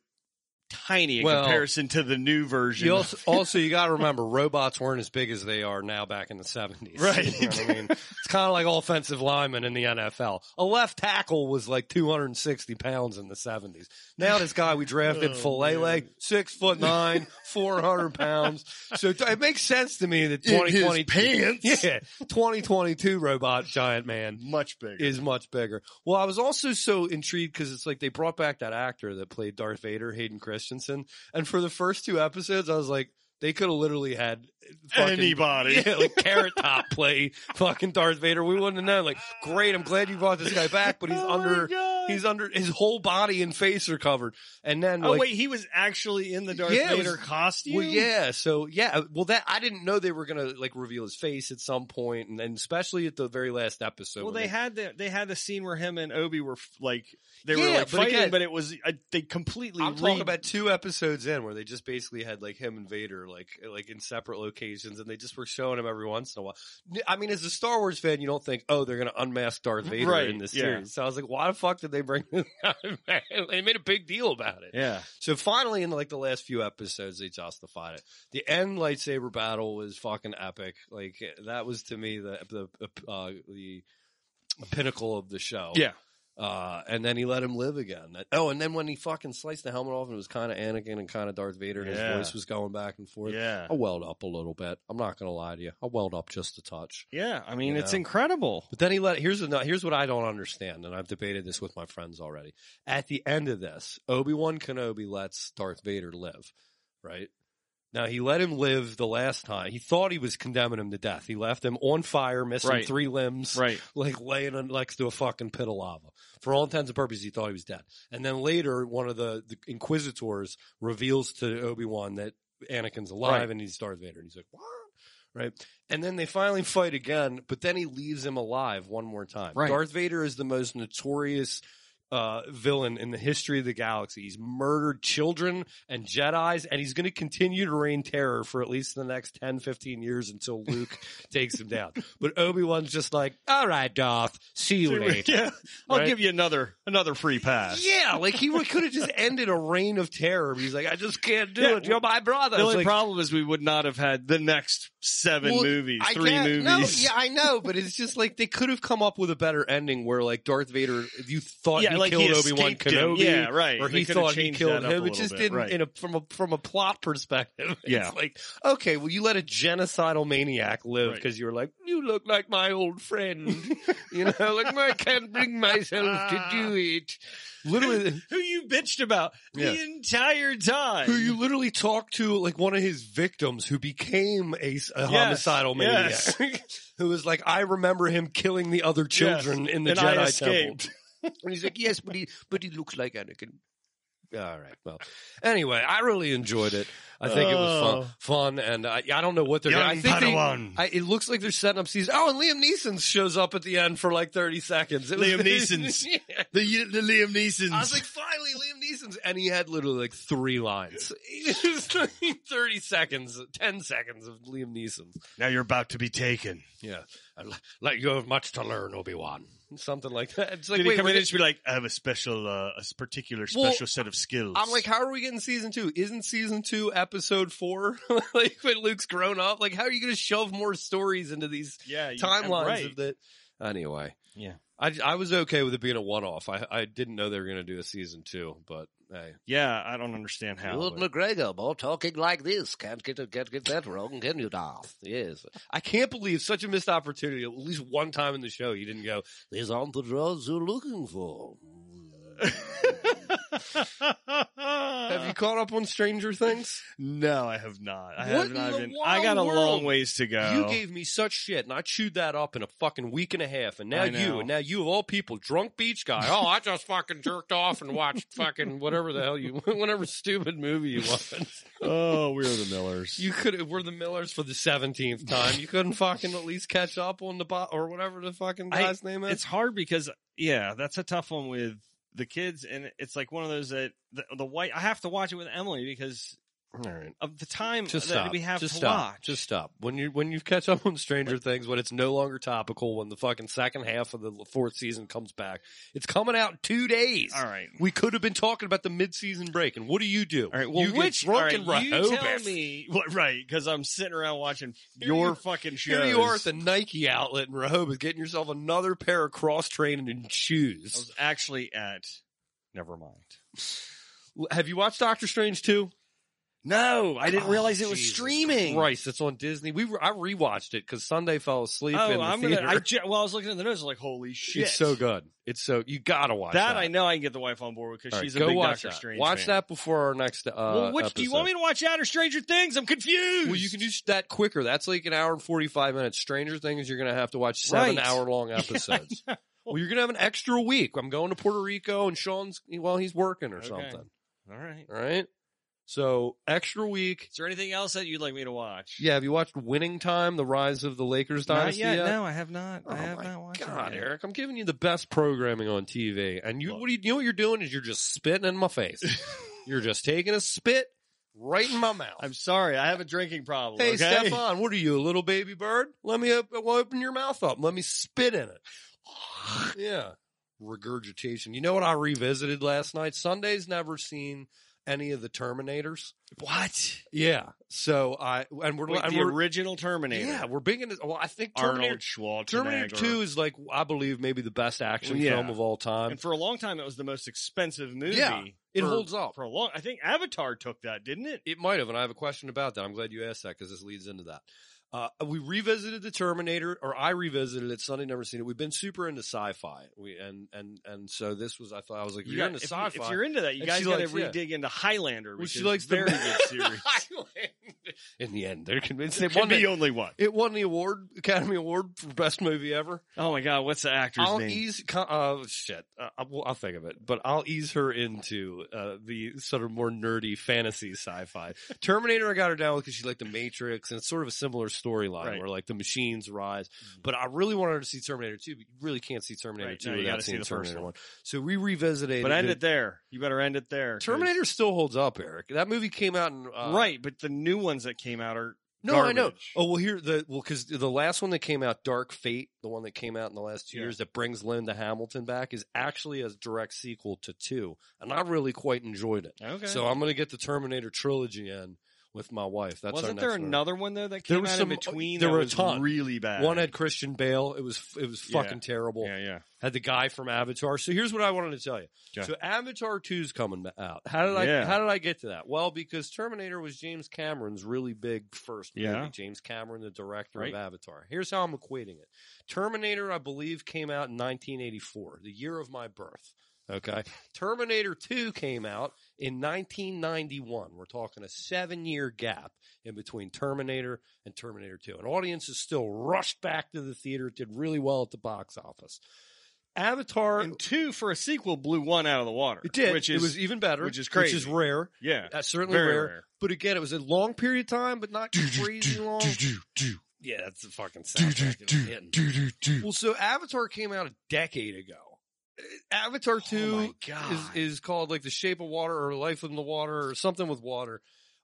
Speaker 3: tiny in
Speaker 2: Well,
Speaker 3: comparison to the new version.
Speaker 2: You also, also you got to remember robots weren't as big as they are now back in the 70s.
Speaker 3: Right.
Speaker 2: You know what I mean? It's kind of like offensive linemen in the NFL. A left tackle was like 260 pounds in the 70s. Now this guy we drafted,
Speaker 3: Oh,
Speaker 2: fillet
Speaker 3: man.
Speaker 2: leg, six foot nine, 400 pounds. So th- it makes sense to me that 2020
Speaker 3: pants.
Speaker 2: yeah, 2022 robot giant man
Speaker 3: Much bigger.
Speaker 2: is much bigger. Well, I was also so intrigued because it's like they brought back that actor that played Darth Vader, Hayden Christensen, and for the first two episodes, I was like, They could have literally had fucking-
Speaker 3: Anybody.
Speaker 2: yeah, like Carrot Top play fucking Darth Vader. We wouldn't have known. Like, great, I'm glad you brought this guy back, but he's
Speaker 3: Oh my
Speaker 2: under,
Speaker 3: God.
Speaker 2: he's under, his whole body and face are covered. And then,
Speaker 3: Oh
Speaker 2: like,
Speaker 3: wait, he was actually in the Darth
Speaker 2: Yeah, it was-
Speaker 3: Vader costume.
Speaker 2: well, yeah. So, yeah. Well, that I didn't know they were gonna like reveal his face at some point, and, and especially at the very last episode.
Speaker 3: Well,
Speaker 2: when
Speaker 3: they had the they had the scene where him and Obi were f- like they were
Speaker 2: Yeah, but
Speaker 3: like fighting,
Speaker 2: again-
Speaker 3: but it was uh, they completely.
Speaker 2: I'm talking
Speaker 3: re-
Speaker 2: about two episodes in where they just basically had like him and Vader like like in separate locations, and they just were showing him every once in a while. N- I mean, as a Star Wars fan, you don't think, oh, they're gonna unmask Darth Vader
Speaker 3: Right,
Speaker 2: in this
Speaker 3: yeah.
Speaker 2: series. So I was like, why the fuck did they bring this guy back? They made a big deal about it.
Speaker 3: Yeah,
Speaker 2: So finally, in like the last few episodes, they justified it. The end lightsaber battle was fucking epic. Like that was to me the the uh, the pinnacle of the show.
Speaker 3: yeah.
Speaker 2: Uh, and then he let him live again. That- oh, and then when he fucking sliced the helmet off and it was kind of Anakin and kind of Darth Vader and
Speaker 3: Yeah.
Speaker 2: his voice was going back and forth.
Speaker 3: Yeah.
Speaker 2: I welled up a little bit. I'm not going to lie to you. I welled up just a touch.
Speaker 3: Yeah. I mean,
Speaker 2: You
Speaker 3: it's
Speaker 2: know.
Speaker 3: incredible.
Speaker 2: But then he let, here's, the, here's what I don't understand. And I've debated this with my friends already. At the end of this, Obi-Wan Kenobi lets Darth Vader live, right? Now he let him live the last time. He thought he was condemning him to death. He left him on fire, missing
Speaker 3: Right.
Speaker 2: three limbs
Speaker 3: Right.
Speaker 2: like laying on next to a fucking pit of lava. For all intents and purposes, he thought he was dead. And then later, one of the, the inquisitors reveals to Obi Wan that Anakin's alive
Speaker 3: Right.
Speaker 2: and he's Darth Vader, and he's like, "What?" Right? And then they finally fight again, but then he leaves him alive one more time.
Speaker 3: Right.
Speaker 2: Darth Vader is the most notorious. Uh, villain in the history of the galaxy. He's murdered children and Jedi's, and he's going to continue to reign terror for at least the next 10, 15 years until Luke takes him down. But Obi Wan's just like, all right, Darth, see you later.
Speaker 3: Yeah. I'll
Speaker 2: Right.
Speaker 3: give you another another free pass.
Speaker 2: Yeah, like he could have just ended a reign of terror. He's like, I just can't do
Speaker 3: Yeah,
Speaker 2: it. You're my brother.
Speaker 3: The
Speaker 2: It's
Speaker 3: only
Speaker 2: like,
Speaker 3: problem is we would not have had the next seven
Speaker 2: Well,
Speaker 3: movies,
Speaker 2: I
Speaker 3: three
Speaker 2: can't-
Speaker 3: movies.
Speaker 2: No, yeah, I know, but it's just like they could have come up with a better ending where like Darth Vader, you thought
Speaker 3: Yeah,
Speaker 2: he
Speaker 3: like he
Speaker 2: killed Obi Wan
Speaker 3: escaped him.
Speaker 2: Kenobi,
Speaker 3: Yeah, right.
Speaker 2: or
Speaker 3: They
Speaker 2: he
Speaker 3: could have
Speaker 2: thought he
Speaker 3: changed
Speaker 2: killed
Speaker 3: that up a
Speaker 2: him. It
Speaker 3: little
Speaker 2: just
Speaker 3: bit,
Speaker 2: didn't,
Speaker 3: right.
Speaker 2: in a, from a from a plot perspective.
Speaker 3: Yeah.
Speaker 2: it's like okay, well, you let a genocidal maniac live
Speaker 3: Right.
Speaker 2: because you were like, you look like my old friend, you know, like I can't bring myself to do it. Literally,
Speaker 3: Who you bitched about
Speaker 2: Yeah.
Speaker 3: the entire time?
Speaker 2: who you literally talked to like one of his victims who became a, s- a homicidal maniac
Speaker 3: yes.
Speaker 2: who was like i remember him killing the other children
Speaker 3: Yes.
Speaker 2: in the
Speaker 3: And I
Speaker 2: jedi temple
Speaker 3: escaped.
Speaker 2: and he's like yes but he but he looks like anakin all right well anyway i really enjoyed it i think it was fun fun and i, I don't know what they're
Speaker 3: Oh. Young
Speaker 2: i think they-
Speaker 3: Padawan.
Speaker 2: I, it looks like they're setting up season oh and liam neeson shows up at the end for like 30 seconds It was-
Speaker 3: Liam Neeson's.
Speaker 2: Yeah.
Speaker 3: the the Liam Neeson's.
Speaker 2: I was like, finally, Liam Neeson's, and he had literally like three lines, It was thirty seconds, ten seconds of Liam Neeson's.
Speaker 3: now you're about to be taken.
Speaker 2: Yeah, I li- like you have much to learn, Obi Wan, something like that. It's like,
Speaker 3: Did
Speaker 2: wait,
Speaker 3: he come
Speaker 2: we're
Speaker 3: in and
Speaker 2: get-
Speaker 3: just be like, I have a special, uh, a s- particular special
Speaker 2: Well,
Speaker 3: set of skills?
Speaker 2: I'm like, how are we getting season two? Isn't season two episode four like when Luke's grown up? Like, how are you going to shove more stories into these
Speaker 3: yeah, you-
Speaker 2: timelines
Speaker 3: right.
Speaker 2: of that? Anyway,
Speaker 3: Yeah.
Speaker 2: I, I was okay with it being a one off. I, I didn't know they were going to do a season two, but hey,
Speaker 3: yeah, I don't understand how.
Speaker 5: Lord
Speaker 3: but-
Speaker 5: McGregor, more talking like this. Can't get can't get that wrong, can you, Darth? Yes.
Speaker 2: I can't believe such a missed opportunity. At least one time in the show, you didn't go.
Speaker 5: These aren't the drugs you're looking for.
Speaker 2: Have you caught up on Stranger Things?
Speaker 3: no, I have not. I
Speaker 2: What
Speaker 3: have not
Speaker 2: in the
Speaker 3: been.
Speaker 2: wild
Speaker 3: I got a long
Speaker 2: world?
Speaker 3: ways to go.
Speaker 2: You gave me such shit, and I chewed that up in a fucking week and a half. And now
Speaker 3: I know.
Speaker 2: you, and now you of all people, drunk beach guy. Oh, I just fucking jerked off and watched fucking whatever the hell you, whatever stupid movie you wanted.
Speaker 3: oh, we're the Millers.
Speaker 2: You could we're the Millers for the seventeenth time. You couldn't fucking at least catch up on the bot or whatever the fucking
Speaker 3: I-
Speaker 2: guy's name is.
Speaker 3: it's hard because yeah, that's a tough one with the kids, and it's like one of those that the, the white. I have to watch it with Emily because
Speaker 2: all right.
Speaker 3: of the time
Speaker 2: just
Speaker 3: that
Speaker 2: stop.
Speaker 3: we have
Speaker 2: just
Speaker 3: to
Speaker 2: stop.
Speaker 3: watch.
Speaker 2: Just stop. When you when you catch up on Stranger Things, when it's no longer topical, when the fucking second half of the fourth season comes back, it's coming out in two days.
Speaker 3: all right.
Speaker 2: We could have been talking about the mid-season break, and what do you do?
Speaker 3: All right. Well,
Speaker 2: you
Speaker 3: which
Speaker 2: get drunk
Speaker 3: all right,
Speaker 2: and Rehoboth.
Speaker 3: you tell me well, right because I'm sitting around watching
Speaker 2: Here
Speaker 3: your
Speaker 2: you-
Speaker 3: fucking shows.
Speaker 2: Here you are at the Nike outlet in Rehoboth, getting yourself another pair of cross-training and
Speaker 3: I
Speaker 2: shoes.
Speaker 3: was actually at. Never mind.
Speaker 2: Have you watched Doctor Strange too?
Speaker 3: No, I didn't
Speaker 2: Oh,
Speaker 3: realize it was
Speaker 2: Jesus
Speaker 3: streaming.
Speaker 2: Christ, it's on Disney. We re- I rewatched it because Sunday fell asleep. in
Speaker 3: Oh,
Speaker 2: the
Speaker 3: I'm gonna.
Speaker 2: theater.
Speaker 3: I ju- well, I was looking at the news. I was like, holy shit!
Speaker 2: It's so good. It's so you gotta watch
Speaker 3: That,
Speaker 2: that.
Speaker 3: I know I can get the wife on board with because
Speaker 2: All right,
Speaker 3: she's
Speaker 2: go
Speaker 3: a big
Speaker 2: watch
Speaker 3: Doctor
Speaker 2: that.
Speaker 3: Strange.
Speaker 2: Watch
Speaker 3: fan.
Speaker 2: that before our next. Uh,
Speaker 3: well, which do you want me to watch? Out or Stranger Things? I'm confused.
Speaker 2: Well, you can do that quicker. That's like an hour and forty-five minutes. Stranger Things, you're gonna have to watch seven
Speaker 3: Right.
Speaker 2: hour-long episodes. well, you're gonna have an extra week. I'm going to Puerto Rico, and Sean's well, he's working or
Speaker 3: Okay.
Speaker 2: something.
Speaker 3: All right.
Speaker 2: All right. So extra week.
Speaker 3: Is there anything else that you'd like me to watch?
Speaker 2: Yeah. Have you watched Winning Time: The Rise of the Lakers
Speaker 3: Not
Speaker 2: Dynasty?
Speaker 3: yet. No, I have not.
Speaker 2: Oh
Speaker 3: I have
Speaker 2: my
Speaker 3: not watched. it
Speaker 2: God,
Speaker 3: yet.
Speaker 2: Eric, I'm giving you the best programming on TV, and you
Speaker 3: Look.
Speaker 2: what do you, you know what you're doing is you're just spitting in my face. you're just taking a spit right in my mouth.
Speaker 3: I'm sorry. I have a drinking problem.
Speaker 2: hey, uh,
Speaker 3: okay?
Speaker 2: Stefan, what are you, a little baby bird? Let me op- well, open your mouth up. Let me spit in it. yeah, regurgitation. You know what I revisited last night? Sunday's never seen any of the Terminators.
Speaker 3: What?
Speaker 2: Yeah, so I and we're
Speaker 3: Wait,
Speaker 2: and
Speaker 3: the
Speaker 2: we're,
Speaker 3: original Terminator.
Speaker 2: yeah we're big into. Well, I think Terminator
Speaker 3: Arnold Schwarzenegger.
Speaker 2: Terminator 2 is like, I believe, maybe the best action
Speaker 3: Yeah.
Speaker 2: film of all time.
Speaker 3: And for a long time, it was the most expensive movie.
Speaker 2: Yeah, it
Speaker 3: for-
Speaker 2: holds up.
Speaker 3: for a long. I think Avatar took that, didn't it?
Speaker 2: It might have, and I have a question about that. I'm glad you asked that because this leads into that. Uh, we revisited the Terminator, or I revisited it. Sunday never seen it. We've been super into sci-fi. We and and and so this was. I thought I was like,
Speaker 3: You
Speaker 2: you're
Speaker 3: got-
Speaker 2: into
Speaker 3: if,
Speaker 2: sci-fi.
Speaker 3: if you're into that, you
Speaker 2: And
Speaker 3: guys
Speaker 2: she
Speaker 3: got to
Speaker 2: likes- yeah.
Speaker 3: redig into Highlander.
Speaker 2: Well, she
Speaker 3: which is
Speaker 2: likes the-
Speaker 3: very good series.
Speaker 2: in the end, they're convinced they
Speaker 3: It can
Speaker 2: won.
Speaker 3: be
Speaker 2: It.
Speaker 3: only one.
Speaker 2: it won the award, Academy Award for best movie ever.
Speaker 3: Oh my god, what's the actor's
Speaker 2: I'll
Speaker 3: name?
Speaker 2: ease. co- Uh, shit. Uh, I- well, I'll think of it, but I'll ease her into uh, the sort of more nerdy fantasy sci-fi. Terminator, I got her down with because she liked the Matrix, and it's sort of a similar storyline
Speaker 3: Right. Mm-hmm.
Speaker 2: where like the machines rise. But I really wanted her to see Terminator Two, but you really can't see Terminator
Speaker 3: Right,
Speaker 2: Two
Speaker 3: no, you
Speaker 2: without
Speaker 3: gotta see
Speaker 2: seeing
Speaker 3: the first
Speaker 2: Terminator
Speaker 3: one.
Speaker 2: One. So we revisited.
Speaker 3: but end it there. You better end it there. 'cause-
Speaker 2: Terminator still holds up, Eric. That movie came out in uh,
Speaker 3: right, but the new ones that came out are
Speaker 2: No, I know.
Speaker 3: garbage.
Speaker 2: Oh well, here the well because the last one that came out, Dark Fate, the one that came out in the last two
Speaker 3: Yeah.
Speaker 2: years that brings Linda Hamilton back, is actually a direct sequel to two, and I really quite enjoyed it.
Speaker 3: okay.
Speaker 2: So I'm gonna get the Terminator trilogy in with my wife. That's
Speaker 3: wasn't
Speaker 2: our
Speaker 3: there uh,
Speaker 2: next one.
Speaker 3: another one though that
Speaker 2: There
Speaker 3: came
Speaker 2: was
Speaker 3: out
Speaker 2: some-
Speaker 3: in between?
Speaker 2: there
Speaker 3: that
Speaker 2: were a
Speaker 3: was
Speaker 2: ton.
Speaker 3: really bad.
Speaker 2: One had Christian Bale. It was it was
Speaker 3: Yeah.
Speaker 2: fucking terrible.
Speaker 3: yeah, yeah.
Speaker 2: Had the guy from Avatar. So here's what I wanted to tell you.
Speaker 3: Okay.
Speaker 2: So Avatar 2's coming out. How did I
Speaker 3: Yeah.
Speaker 2: how did I get to that? Well, because Terminator was James Cameron's really big first movie.
Speaker 3: Yeah.
Speaker 2: James Cameron, the director
Speaker 3: Right.
Speaker 2: of Avatar. Here's how I'm equating it. Terminator, I believe, came out in 1984, the year of my birth. Okay. Terminator 2 came out in 1991. We're talking a seven year gap in between Terminator and Terminator 2. And audiences still rushed back to the theater. It did really well at the box office. Avatar.
Speaker 3: And two for a sequel blew one out of the water.
Speaker 2: It did.
Speaker 3: which is
Speaker 2: it was even better,
Speaker 3: which is
Speaker 2: which is
Speaker 3: crazy.
Speaker 2: rare.
Speaker 3: yeah,
Speaker 2: That's certainly
Speaker 3: Very
Speaker 2: rare.
Speaker 3: rare.
Speaker 2: But again, it was a long period of time, but not crazy long. Yeah, that's the fucking soundtrack it was hitting. Well, so Avatar came out a decade ago. Uh, Avatar
Speaker 3: Oh my
Speaker 2: Two
Speaker 3: God.
Speaker 2: is is called like the Shape of Water or Life in the Water or something with water.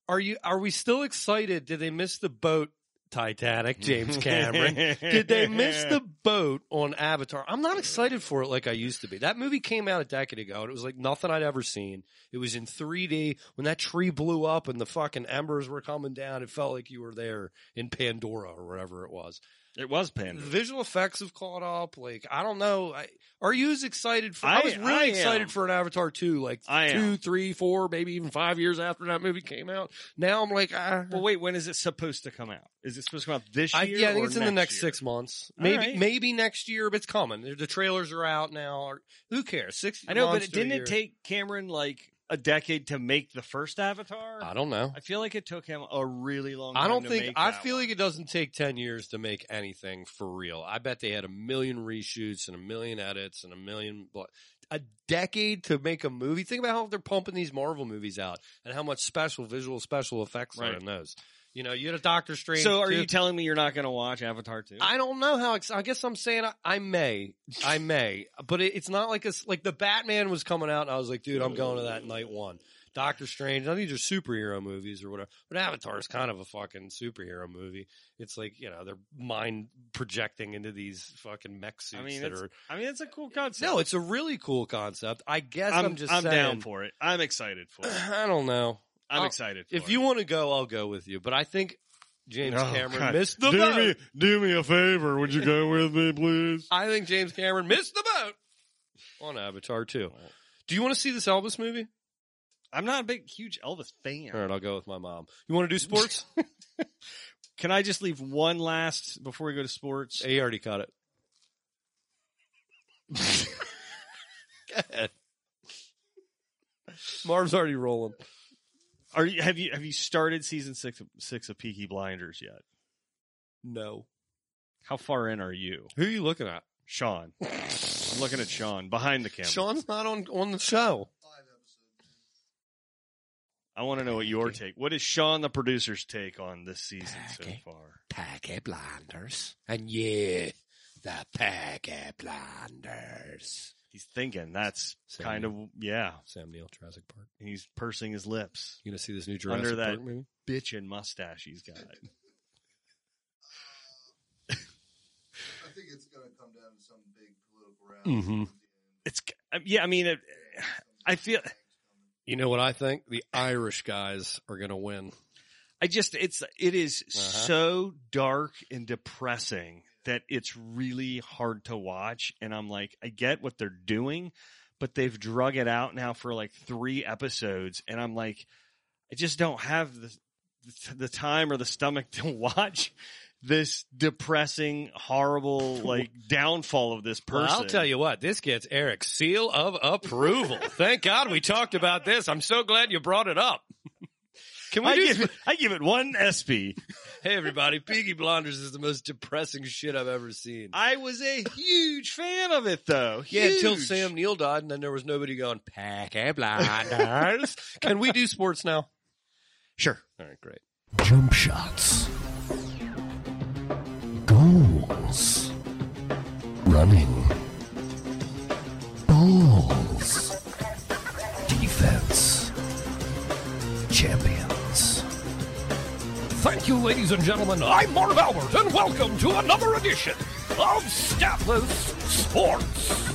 Speaker 2: Are you? Are we still excited? Did they miss the boat? Titanic, James Cameron. Did they miss the boat on Avatar? I'm not excited for it like I used to be. That movie came out a decade ago and it was like nothing I'd ever seen. It was in 3D. When that tree blew up and the fucking embers were coming down, it felt like you were there in Pandora or wherever it was.
Speaker 3: It was
Speaker 2: The
Speaker 3: Panda.
Speaker 2: visual effects have caught up. Like, I don't know. I, are you as excited for, I,
Speaker 3: I-
Speaker 2: was really
Speaker 3: I am.
Speaker 2: excited for an Avatar 2, like
Speaker 3: I am.
Speaker 2: two, three, four, maybe even five years after that movie came out. Now I'm like, ah.
Speaker 3: But wait, when is it supposed to come out? Is it supposed to come out this year?
Speaker 2: I, yeah, I think
Speaker 3: or
Speaker 2: it's in the next
Speaker 3: year?
Speaker 2: six months.
Speaker 3: All
Speaker 2: Maybe
Speaker 3: right.
Speaker 2: maybe next year, but it's coming. The trailers are out now. Or, who cares? Six.
Speaker 3: I know, but
Speaker 2: months
Speaker 3: it
Speaker 2: to a
Speaker 3: didn't
Speaker 2: year.
Speaker 3: it take Cameron like a decade to make the first Avatar?
Speaker 2: I don't know.
Speaker 3: I feel like it took him a really long. time
Speaker 2: I don't
Speaker 3: to
Speaker 2: think.
Speaker 3: make
Speaker 2: I
Speaker 3: that
Speaker 2: feel
Speaker 3: one.
Speaker 2: like it doesn't take ten years to make anything for real. I bet they had a million reshoots and a million edits and a million. bl- A decade to make a movie. Think about how they're pumping these Marvel movies out and how much special visual special effects are
Speaker 3: Right.
Speaker 2: in those. You know, you had a Doctor Strange.
Speaker 3: So, are
Speaker 2: too.
Speaker 3: you telling me you're not going to watch Avatar two?
Speaker 2: I don't know how. Ex- I guess I'm saying I, I may, I may, but it, it's not like it's like the Batman was coming out, and I was like, dude, I'm going to that night one. Doctor Strange, now these are superhero movies or whatever, but Avatar is kind of a fucking superhero movie. It's like you know they're mind projecting into these fucking mech suits
Speaker 3: I mean,
Speaker 2: that
Speaker 3: it's
Speaker 2: are.
Speaker 3: I mean, it's a cool concept.
Speaker 2: No, it's a really cool concept. I guess I'm,
Speaker 3: I'm,
Speaker 2: just
Speaker 3: I'm
Speaker 2: saying,
Speaker 3: down for it. I'm excited for it.
Speaker 2: I don't know.
Speaker 3: I'm
Speaker 2: I'll-
Speaker 3: excited. For
Speaker 2: If
Speaker 3: it.
Speaker 2: you want to go, I'll go with you, but I think James
Speaker 3: Oh,
Speaker 2: Cameron
Speaker 3: God.
Speaker 2: missed the
Speaker 3: do
Speaker 2: boat.
Speaker 3: me do me a favor, would you go with me, please?
Speaker 2: I think James Cameron missed the boat on Avatar too. Do you want to see this Elvis movie?
Speaker 3: I'm not a big, huge Elvis fan.
Speaker 2: All right, I'll go with my mom. You want to do sports?
Speaker 3: Can I just leave one last before we go to sports?
Speaker 2: A already caught it. Go ahead. Marv's already rolling.
Speaker 3: Are you have you have you started season six of, six of Peaky Blinders yet?
Speaker 2: No.
Speaker 3: How far in are you,
Speaker 2: Who are you looking at?
Speaker 3: Sean? I'm looking at Sean behind the camera.
Speaker 2: Sean's not on on the show.
Speaker 3: I want to know what your take. What is Sean, the producer's take on this season so
Speaker 5: Okay.
Speaker 3: far?
Speaker 5: Peggy Blinders. And you, the Peggy Blinders.
Speaker 3: He's thinking. That's
Speaker 2: Same.
Speaker 3: kind of yeah.
Speaker 2: Sam Neill, Jurassic Park.
Speaker 3: He's pursing his lips.
Speaker 2: You gonna see this new Jurassic
Speaker 3: Under that-
Speaker 2: Park movie?
Speaker 3: Bitchin' mustache he's got.
Speaker 6: I think it's going to come down to some big political round.
Speaker 2: Mhm.
Speaker 6: at the
Speaker 3: It's yeah. I mean, it,
Speaker 6: end.
Speaker 3: Mm-hmm. I feel.
Speaker 2: You know what I think? The Irish guys are gonna win.
Speaker 3: I just it's it is
Speaker 2: Uh-huh.
Speaker 3: so dark and depressing that it's really hard to watch and I'm like I get what they're doing but they've drug it out now for like 3 episodes and I'm like I just don't have the the time or the stomach to watch this depressing horrible like downfall of this person.
Speaker 2: I'll tell you what, this gets Eric's seal of approval. Thank God we talked about this. I'm so glad you brought it up. Can we
Speaker 3: I
Speaker 2: do
Speaker 3: give, it, I give it one SP.
Speaker 2: Hey everybody, Peaky Blinders is the most depressing shit I've ever seen.
Speaker 3: I was a huge fan of it though.
Speaker 2: Yeah, until
Speaker 3: Huge.
Speaker 2: Sam Neill died and then there was nobody going,
Speaker 5: Peggy Blinders.
Speaker 2: Can we do sports now?
Speaker 3: Sure.
Speaker 2: All right, great.
Speaker 1: Jump shots. Goals. Running. Balls. Defense. Champions. Thank you, ladies and gentlemen. I'm Marv Albert, and welcome to another edition of Stapless Sports.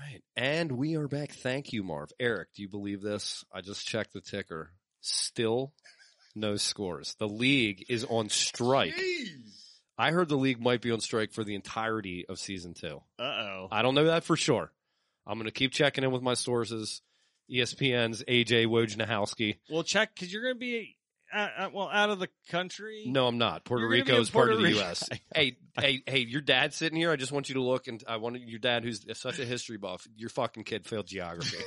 Speaker 2: Right. And we are back. Thank you, Marv. Eric, do you believe this? I just checked the ticker. Still no scores. The league is on strike. I heard the league might be on strike for the entirety of season two.
Speaker 3: Uh-oh.
Speaker 2: I don't know that for sure. I'm going to keep checking in with my sources. E ESPN's AJ Wojnarowski.
Speaker 3: Well, check because you're going to be uh, uh, well out of the country.
Speaker 2: No, I'm not. Puerto
Speaker 3: You're gonna be
Speaker 2: Rico
Speaker 3: in
Speaker 2: is part of
Speaker 3: Puerto
Speaker 2: the
Speaker 3: Rico.
Speaker 2: U.S. hey, hey, hey, your dad's sitting here. I just want you to look, and I want your dad, who's such a history buff, your fucking kid failed geography.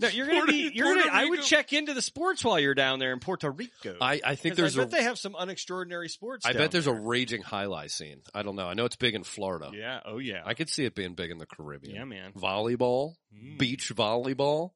Speaker 3: no, you're going
Speaker 2: Puerto-
Speaker 3: to be. You're
Speaker 2: Puerto
Speaker 3: gonna, I would
Speaker 2: Rico.
Speaker 3: check into the sports while you're down there in Puerto Rico.
Speaker 2: I, I think
Speaker 3: 'Cause
Speaker 2: there's
Speaker 3: I
Speaker 2: a
Speaker 3: bet they have some unextraordinary sports.
Speaker 2: I
Speaker 3: down
Speaker 2: bet there's a raging high lie scene. I don't know. I know it's big in Florida.
Speaker 3: there. Yeah. Oh yeah.
Speaker 2: I could see it being big in the Caribbean.
Speaker 3: yeah, man.
Speaker 2: Volleyball,
Speaker 3: Mm.
Speaker 2: beach volleyball.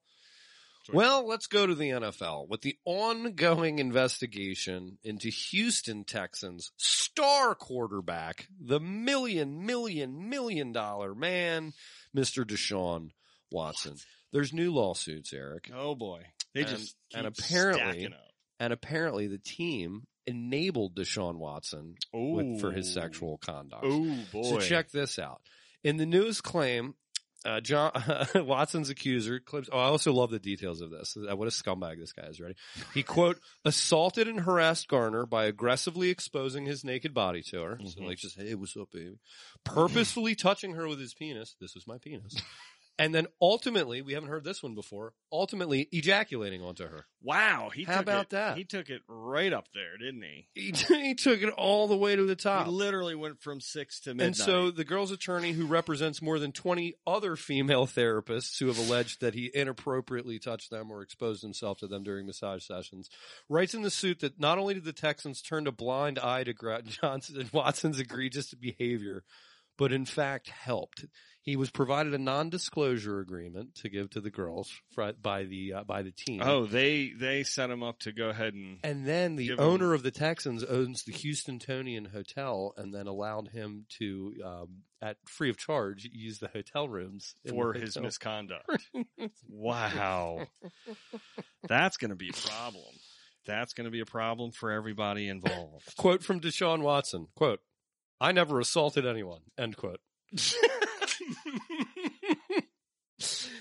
Speaker 3: Sure.
Speaker 2: Well, let's go to the NFL with the ongoing investigation into Houston Texans star quarterback, the million, million, million dollar man, Mr. Deshaun Watson. There's new lawsuits, Eric.
Speaker 3: Oh boy. They
Speaker 2: And-
Speaker 3: just keep
Speaker 2: and apparently-
Speaker 3: stacking up.
Speaker 2: And apparently the team enabled Deshaun Watson with, for his
Speaker 3: Ooh.
Speaker 2: sexual conduct.
Speaker 3: Oh boy.
Speaker 2: So check this out. In the newest claim, uh, John Watson's accuser claims. Oh, I also love the details of this. Uh, What a scumbag this guy is! Ready? He quote assaulted and harassed Garner by aggressively exposing his naked body to her. So
Speaker 3: Mhm.
Speaker 2: like just hey, what's up, baby? Purposefully touching her with his penis. This was my penis. And then ultimately, we haven't heard this one before. Ultimately, ejaculating onto her.
Speaker 3: Wow. He
Speaker 2: How
Speaker 3: took
Speaker 2: about
Speaker 3: it-
Speaker 2: that?
Speaker 3: He took it right up there, didn't he?
Speaker 2: He, he took it all the way to the top.
Speaker 3: He literally went from six to midnight.
Speaker 2: And so the girl's attorney, who represents more than 20 other female therapists who have alleged that he inappropriately touched them or exposed himself to them during massage sessions, writes in the suit that not only did the Texans turn a blind eye to Gra- Johnson and Watson's egregious behavior, but in fact helped. He was provided a non-disclosure agreement to give to the girls fr- by the uh, by the team.
Speaker 3: oh, they they set him up to go ahead and
Speaker 2: And then the
Speaker 3: Give him-
Speaker 2: owner of the Texans owns the Houstonian Hotel, and then allowed him to, um, at free of charge, use the hotel rooms in
Speaker 3: for
Speaker 2: the
Speaker 3: his
Speaker 2: hotel.
Speaker 3: misconduct. wow. That's going to be a problem. That's going to be a problem for everybody involved.
Speaker 2: quote from Deshaun Watson. Quote: "I never assaulted anyone." End quote.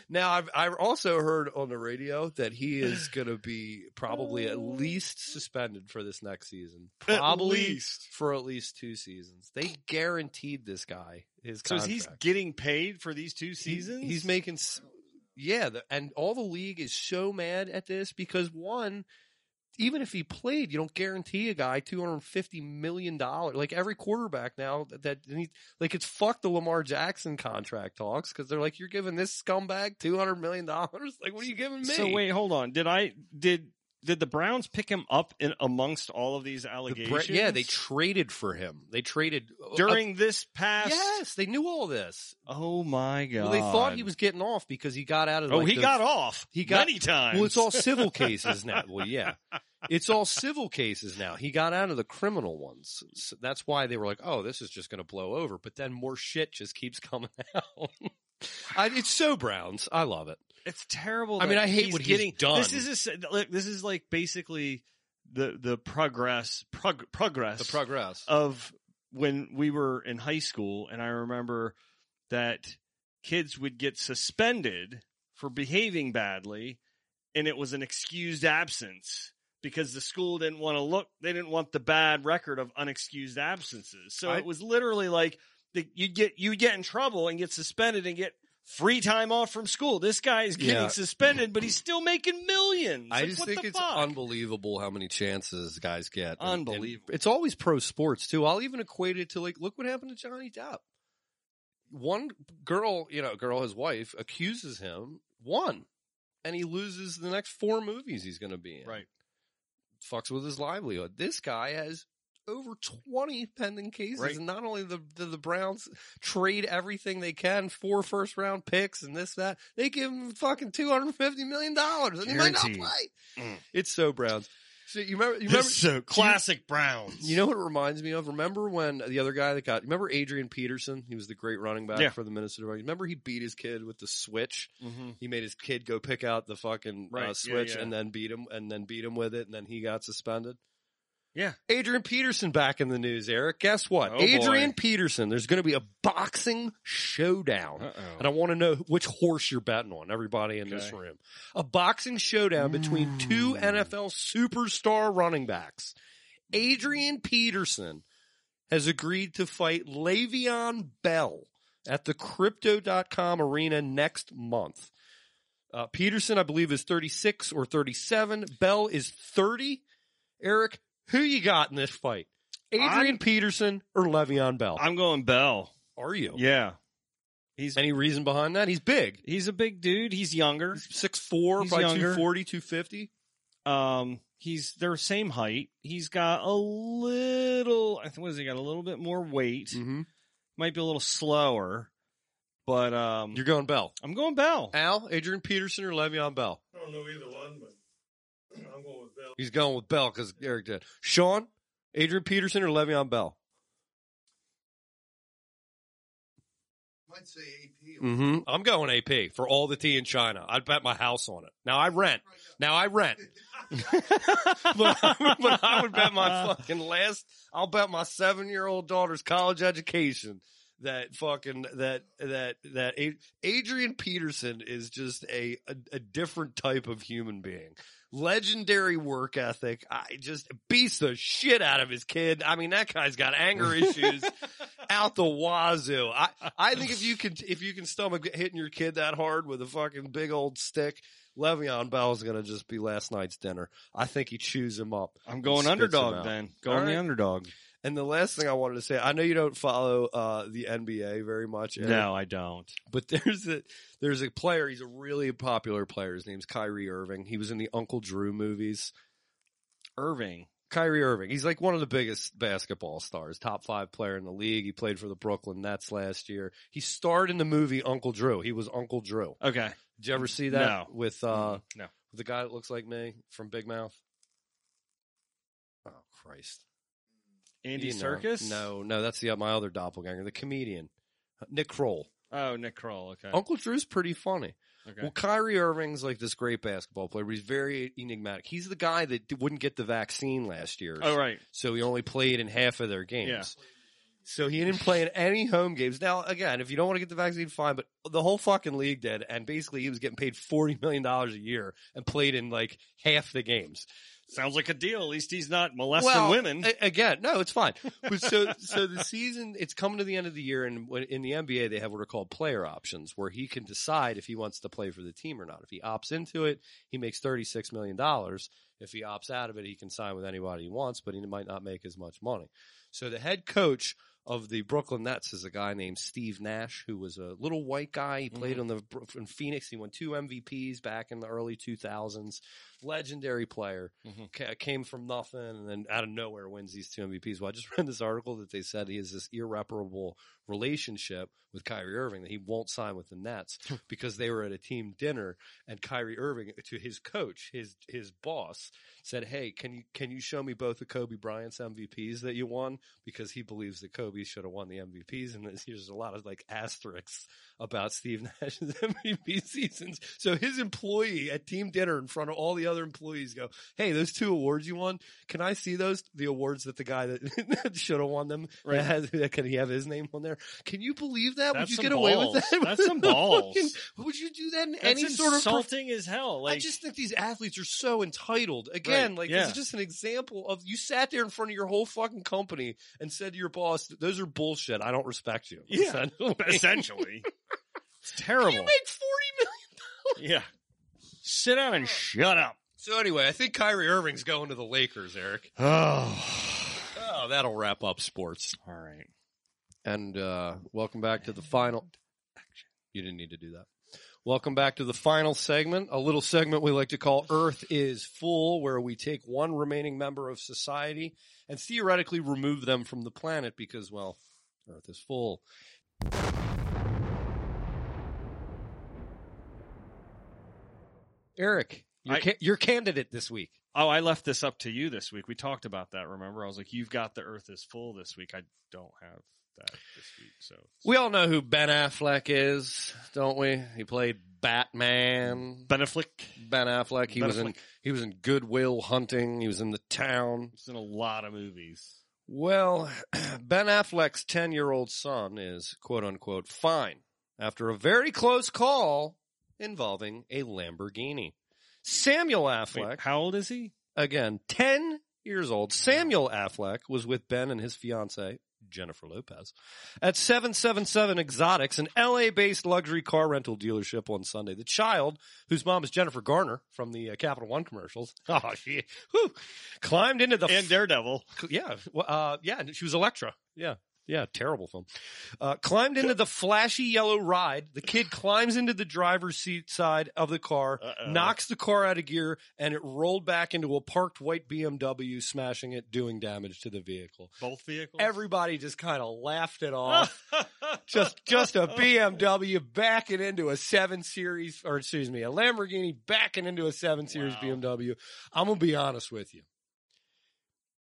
Speaker 2: Now, I've I also heard on the radio that he is going to be probably at least suspended for this next season.
Speaker 3: Oh. At
Speaker 2: Probably
Speaker 3: least.
Speaker 2: for at least two seasons. They guaranteed this guy his
Speaker 3: So is
Speaker 2: contract.
Speaker 3: he's getting paid for these two
Speaker 2: He-
Speaker 3: seasons?
Speaker 2: he's making s- yeah, the, and all the league is so mad at this because one, even if he played, you don't guarantee a guy two hundred fifty million dollars. Like every quarterback now that, that need- like it's fuck the Lamar Jackson contract talks because they're like you're giving this scumbag two hundred million dollars. Like what are you giving me?
Speaker 3: So wait, hold on. Did I did did the Browns pick him up in amongst all of these
Speaker 2: The
Speaker 3: allegations?
Speaker 2: Bra- yeah, they traded for him. They traded uh,
Speaker 3: during this past.
Speaker 2: yes, they knew all this.
Speaker 3: Oh my god.
Speaker 2: Well, they thought he was getting off because he got out of.
Speaker 3: Oh,
Speaker 2: like,
Speaker 3: he
Speaker 2: the-
Speaker 3: got off.
Speaker 2: he got-
Speaker 3: many times.
Speaker 2: Well, it's all civil cases now. Well, yeah, it's all civil cases now. He got out of the criminal ones. So that's why they were like, "Oh, this is just going to blow over." But then more shit just keeps coming out. I, it's so Browns. I love it.
Speaker 3: It's terrible.
Speaker 2: I mean,
Speaker 3: that
Speaker 2: I hate what he's done.
Speaker 3: This is a s like, this is like basically the the progress prog- progress
Speaker 2: progress.
Speaker 3: of when we were in high school, and I remember that kids would get suspended for behaving badly, and it was an excused absence because the school didn't want to look. They didn't want the bad record of unexcused absences. So
Speaker 2: I-
Speaker 3: it was literally like the, you'd get you'd get in trouble and get suspended and get. Free time off from school. This guy is getting
Speaker 2: Yeah.
Speaker 3: suspended, but he's still making millions.
Speaker 2: I
Speaker 3: Like,
Speaker 2: just
Speaker 3: what
Speaker 2: think
Speaker 3: the
Speaker 2: it's
Speaker 3: fuck?
Speaker 2: unbelievable how many chances guys get. And- and
Speaker 3: Unbelievable.
Speaker 2: it's always pro sports too. I'll even equate it to like, look what happened to Johnny Depp. One girl, you know, girl, his wife accuses him. One, and he loses the next four movies he's going to be in.
Speaker 3: Right.
Speaker 2: Fucks with his livelihood. This guy has over twenty pending cases,
Speaker 3: Right.
Speaker 2: and not only the, the the Browns trade everything they can for first round picks and this that they give him fucking two hundred fifty million dollars and he might not
Speaker 3: Guaranteed.
Speaker 2: play.
Speaker 3: Mm.
Speaker 2: It's so Browns. So you remember? You remember?
Speaker 3: so classic Browns.
Speaker 2: You know what it reminds me of? Remember when the other guy that got? Remember Adrian Peterson? He was the great running back
Speaker 3: Yeah.
Speaker 2: for the Minnesota. Vikings. Remember he beat his kid with the switch.
Speaker 3: mm-hmm.
Speaker 2: He made his kid go pick out the fucking
Speaker 3: Right,
Speaker 2: uh,
Speaker 3: yeah,
Speaker 2: switch
Speaker 3: yeah.
Speaker 2: and then beat him and then beat him with it and then he got suspended.
Speaker 3: Yeah.
Speaker 2: Adrian Peterson back in the news, Eric. Guess what?
Speaker 3: Oh, boy.
Speaker 2: Adrian Peterson. There's going to be a boxing showdown. And I want to know which horse you're betting on, everybody in this
Speaker 3: Okay. Hmm.
Speaker 2: room. A boxing showdown between two NFL superstar running backs. Adrian Peterson has agreed to fight Le'Veon Bell at the crypto.com arena next month. Uh, Peterson, I believe, is 36 or 37. Bell is 30. Eric, who you got in this fight? Adrian
Speaker 3: I'm-
Speaker 2: Peterson or Le'Veon Bell?
Speaker 3: I'm going Bell.
Speaker 2: Are you?
Speaker 3: Yeah, he's
Speaker 2: Any reason behind that? He's big.
Speaker 3: he's a big dude. He's younger.
Speaker 2: He's 6'4",
Speaker 3: He's
Speaker 2: by
Speaker 3: younger.
Speaker 2: 240, 250.
Speaker 3: Um, he's their same height. He's got a little. I think what has he got? A little bit more weight.
Speaker 2: Mm-hmm.
Speaker 3: Might be a little slower, but um,
Speaker 2: You're going Bell.
Speaker 3: I'm going Bell.
Speaker 2: Al, Adrian Peterson, or Le'Veon Bell?
Speaker 7: I don't know either one, but I'm going with Bell.
Speaker 2: He's going with Bell because Eric did. Sean, Adrian Peterson, or Le'Veon Bell?
Speaker 6: Might say AP. or
Speaker 2: Mm-hmm. I'm going AP for all the tea in China. I'd bet my house on it. Now I rent. Now I rent. but, I, but I would bet my fucking last. I'll bet my seven-year-old daughter's college education that fucking that that that A- Adrian Peterson is just a, a a different type of human being. Legendary work ethic. I just beats the shit out of his kid. I mean, that guy's got anger issues out the wazoo. I I think if you can if you can stomach hitting your kid that hard with a fucking big old stick, Le'Veon Bell's gonna just be last night's dinner. I think he chews him up.
Speaker 3: I'm
Speaker 2: Spits
Speaker 3: going
Speaker 2: him
Speaker 3: underdog
Speaker 2: out.
Speaker 3: then. Going
Speaker 2: All right.
Speaker 3: the underdog.
Speaker 2: And the last thing I wanted to say, I know you don't follow uh, the NBA very much, Eric,
Speaker 3: No, I don't.
Speaker 2: but there's a there's a player. He's a really popular player. His name's Kyrie Irving. He was in the Uncle Drew movies.
Speaker 3: Irving.
Speaker 2: Kyrie Irving. He's like one of the biggest basketball stars, top five player in the league. He played for the Brooklyn Nets last year. He starred in the movie Uncle Drew. He was Uncle Drew.
Speaker 3: Okay.
Speaker 2: Did you ever see that
Speaker 3: No.
Speaker 2: with uh,
Speaker 3: no.
Speaker 2: the guy that looks like me from Big Mouth? Oh Christ!
Speaker 3: Andy
Speaker 2: You know.
Speaker 3: Circus.
Speaker 2: No, no, that's the my other doppelganger, the comedian uh, Nick Kroll.
Speaker 3: Oh, Nick Kroll. Okay.
Speaker 2: Uncle Drew's pretty funny.
Speaker 3: okay.
Speaker 2: Well, Kyrie Irving's like this great basketball player, but he's very enigmatic. He's the guy that d- wouldn't get the vaccine last year.
Speaker 3: oh, right.
Speaker 2: So he only played in half of their games. So he didn't play in any home games. Now, again, if you don't want to get the vaccine, fine, but the whole fucking league did. And basically, he was getting paid $40 million a year and played in like half the games.
Speaker 3: Sounds like a deal. At least he's not molesting
Speaker 2: Well,
Speaker 3: women.
Speaker 2: a- again, no, it's fine. But so, so the season, it's coming to the end of the year. And when- in the NBA, they have what are called player options where he can decide if he wants to play for the team or not. If he opts into it, he makes $36 million. If he opts out of it, he can sign with anybody he wants, but he might not make as much money. So the head coach of the Brooklyn Nets is a guy named Steve Nash, who was a little white guy. He played on the Bro- in Phoenix. He won two MVPs back in the early 2000s. Legendary player.
Speaker 3: Mhm.
Speaker 2: Ca- Came from nothing and then out of nowhere wins these two MVPs. Well, I just read this article that they said he has this irreparable relationship with Kyrie Irving that he won't sign with the Nets because they were at a team dinner and Kyrie Irving to his coach, his his boss said, "Hey, can you can you show me both of Kobe Bryant's MVPs that you won?" Because he believes that Kobe should have won the MVPs, and there's there's a lot of like asterisks about Steve Nash's MVP seasons. So his employee at team dinner in front of all the other employees go, "Hey, those two awards you won, can I see those? The awards that the guy that, that should have won them
Speaker 3: Right.
Speaker 2: that has, that can he have his name on there? Can you believe that?
Speaker 3: That's
Speaker 2: Would you
Speaker 3: some
Speaker 2: get away
Speaker 3: balls.
Speaker 2: with that?
Speaker 3: That's some balls.
Speaker 2: would you do that in
Speaker 3: That's
Speaker 2: any sort of prof-
Speaker 3: insulting as hell. Like
Speaker 2: I just think these athletes are so entitled. Again,
Speaker 3: Right,
Speaker 2: like
Speaker 3: yeah.
Speaker 2: this is just an example of you sat there in front of your whole fucking company and said to your boss, "Those are bullshit. I don't respect you."
Speaker 3: Yeah.
Speaker 2: Essentially.
Speaker 3: essentially, it's
Speaker 2: You
Speaker 3: terrible.
Speaker 2: make forty million.
Speaker 3: yeah, sit down and shut up.
Speaker 2: So anyway, I think Kyrie Irving's going to the Lakers, Eric.
Speaker 3: Oh,
Speaker 2: Oh, that'll wrap up sports.
Speaker 3: all right.
Speaker 2: And uh, welcome back to the final. You didn't need to do that. Welcome back to the final segment, a little segment we like to call Earth is Full, where we take one remaining member of society and theoretically remove them from the planet because, well, Earth is full. Eric, your,
Speaker 3: I-
Speaker 2: ca- your candidate this week.
Speaker 3: Oh, I left this up to you this week. We talked about that. Remember, I was like, "You've got the Earth is full this week." I don't have that this week, so
Speaker 2: We all know who Ben Affleck is, don't we? He played Batman.
Speaker 3: Beneflick.
Speaker 2: Ben Affleck. He was in
Speaker 3: Beneflick.
Speaker 2: he was in Goodwill Hunting. He was in The Town.
Speaker 3: It's in a lot of movies.
Speaker 2: Well, Ben Affleck's 10 year old son is quote unquote fine after a very close call involving a Lamborghini. Samuel Affleck,
Speaker 3: Wait, how old is he?
Speaker 2: again, 10 years old, Samuel Affleck was with Ben and his fiancee, Jennifer Lopez, at 777 Exotics, an LA based luxury car rental dealership on Sunday. The child, whose mom is Jennifer Garner from the uh, Capital One commercials, oh, she, whew, climbed into the
Speaker 3: And Daredevil.
Speaker 2: yeah, well, uh, yeah, and she was Electra. Yeah, yeah, terrible film. Uh, climbed into the flashy yellow ride. The kid climbs into the driver's seat side of the car,
Speaker 3: Uh-oh.
Speaker 2: knocks the car out of gear, and it rolled back into a parked white BMW, smashing it, doing damage to the vehicle.
Speaker 3: Both vehicles.
Speaker 2: Everybody just kind of laughed it off just just a BMW backing into a seven series, or excuse me, a Lamborghini backing into a seven series
Speaker 3: Wow.
Speaker 2: BMW. I'm gonna be honest with you.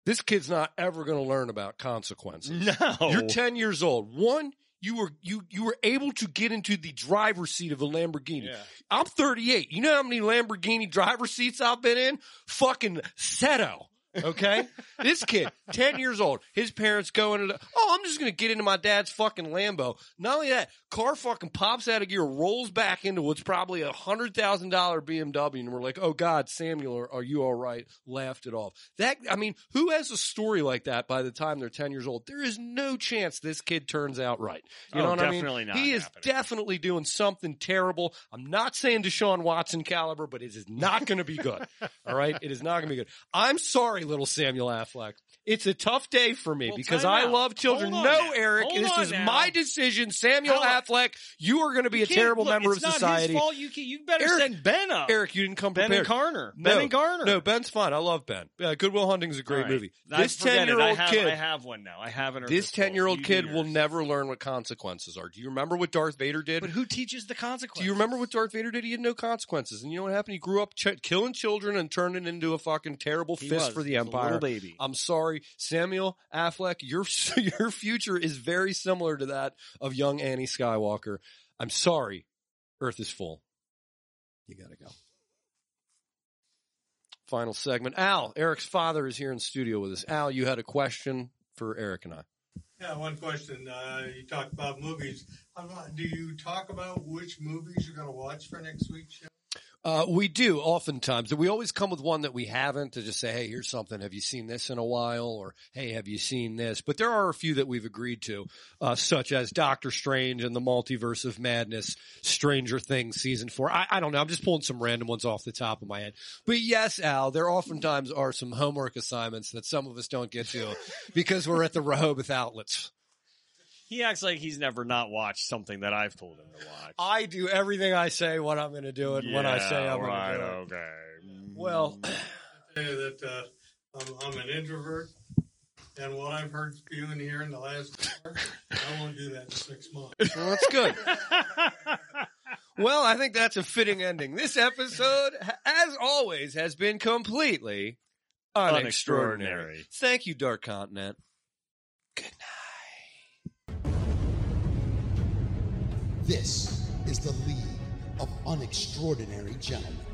Speaker 2: This kid's not ever gonna learn about consequences.
Speaker 3: No.
Speaker 2: You're 10 years old. One, you were you you were able to get into the driver's seat of a Lamborghini.
Speaker 3: Yeah.
Speaker 2: I'm 38. You know how many Lamborghini driver seats I've been in? Fucking Seto. Okay? this kid, 10 years old, his parents go into the, oh, I'm just going to get into my dad's fucking Lambo. Not only that, car fucking pops out of gear, rolls back into what's probably a $100,000 BMW. And we're like, oh God, Samuel, are, are you all right? Laughed it off. That, I mean, who has a story like that by the time they're 10 years old? There is no chance this kid turns out right. You
Speaker 3: Oh,
Speaker 2: know what I
Speaker 3: definitely
Speaker 2: mean?
Speaker 3: not
Speaker 2: He is
Speaker 3: happening.
Speaker 2: definitely doing something terrible. I'm not saying Deshaun Watson caliber, but it is not going to be good. all right, it is not going to be good. I'm sorry, little Samuel Affleck. It's a tough day for me
Speaker 3: Well,
Speaker 2: because
Speaker 3: time
Speaker 2: I
Speaker 3: out.
Speaker 2: love children. No,
Speaker 3: Hold on now.
Speaker 2: Eric,
Speaker 3: Hold
Speaker 2: this
Speaker 3: on
Speaker 2: is
Speaker 3: now.
Speaker 2: my decision. Samuel
Speaker 3: How-
Speaker 2: Affleck, you are going to be a
Speaker 3: can't-
Speaker 2: terrible
Speaker 3: look,
Speaker 2: member
Speaker 3: it's
Speaker 2: of
Speaker 3: not his
Speaker 2: society.
Speaker 3: fault. You, can, you better
Speaker 2: Eric-
Speaker 3: send Ben up.
Speaker 2: Eric, you didn't come
Speaker 3: ben
Speaker 2: prepared.
Speaker 3: and Garner.
Speaker 2: No.
Speaker 3: ben and Garner.
Speaker 2: No, Ben's fine. I love Ben. Uh, Goodwill Hunting's a
Speaker 3: All
Speaker 2: great
Speaker 3: right.
Speaker 2: movie.
Speaker 3: I
Speaker 2: This
Speaker 3: forget it.
Speaker 2: ten year
Speaker 3: I
Speaker 2: old
Speaker 3: have-
Speaker 2: kid.
Speaker 3: I have one now. I have an Earth
Speaker 2: this
Speaker 3: is Full.
Speaker 2: 10 year old
Speaker 3: You
Speaker 2: kid
Speaker 3: do
Speaker 2: will
Speaker 3: yours.
Speaker 2: never learn what consequences are. Do you remember what Darth Vader did?
Speaker 3: But who teaches the consequences?
Speaker 2: Do you remember what Darth Vader did? He had no consequences. And you know what happened? He grew up ch- killing children and turned it into a fucking terrible
Speaker 3: He
Speaker 2: fist
Speaker 3: was.
Speaker 2: for the
Speaker 3: He was a
Speaker 2: Empire.
Speaker 3: little baby.
Speaker 2: I'm sorry, Samuel Affleck, your your future is very similar to that of young Annie Skywalker. I'm sorry, Earth is full. You gotta go. Final segment. Al, Eric's father is here in studio with us. Al, you had a question for Eric and I.
Speaker 7: Yeah, one question. Uh, you talked about movies. How about- Do you talk about which movies you're going to watch for next week's show?
Speaker 2: Uh, we do oftentimes. We always come with one that we haven't to just say, hey, here's something. Have you seen this in a while? Or, hey, have you seen this? But there are a few that we've agreed to, uh, such as Doctor Strange and the Multiverse of Madness, Stranger Things Season 4. I, I don't know. I'm just pulling some random ones off the top of my head. But yes, Al, there oftentimes are some homework assignments that some of us don't get to because we're at the Rehoboth outlets.
Speaker 3: He acts like he's never not watched something that I've told him to watch.
Speaker 2: I do everything I say, what I'm going to do, and what I say
Speaker 3: Yeah,
Speaker 2: I'm
Speaker 3: right,
Speaker 2: going to do. it.
Speaker 3: okay.
Speaker 2: Well,
Speaker 7: Say that uh, I'm, I'm an introvert, and what I've heard spewing here in the last hour, I won't do that in six months.
Speaker 2: Well, that's good. well, I think that's a fitting ending. This episode, h- as always, has been completely unextraordinary.
Speaker 3: Unextraordinary.
Speaker 2: Thank you, Dark Continent.
Speaker 8: This is the League of Unextraordinary Gentlemen.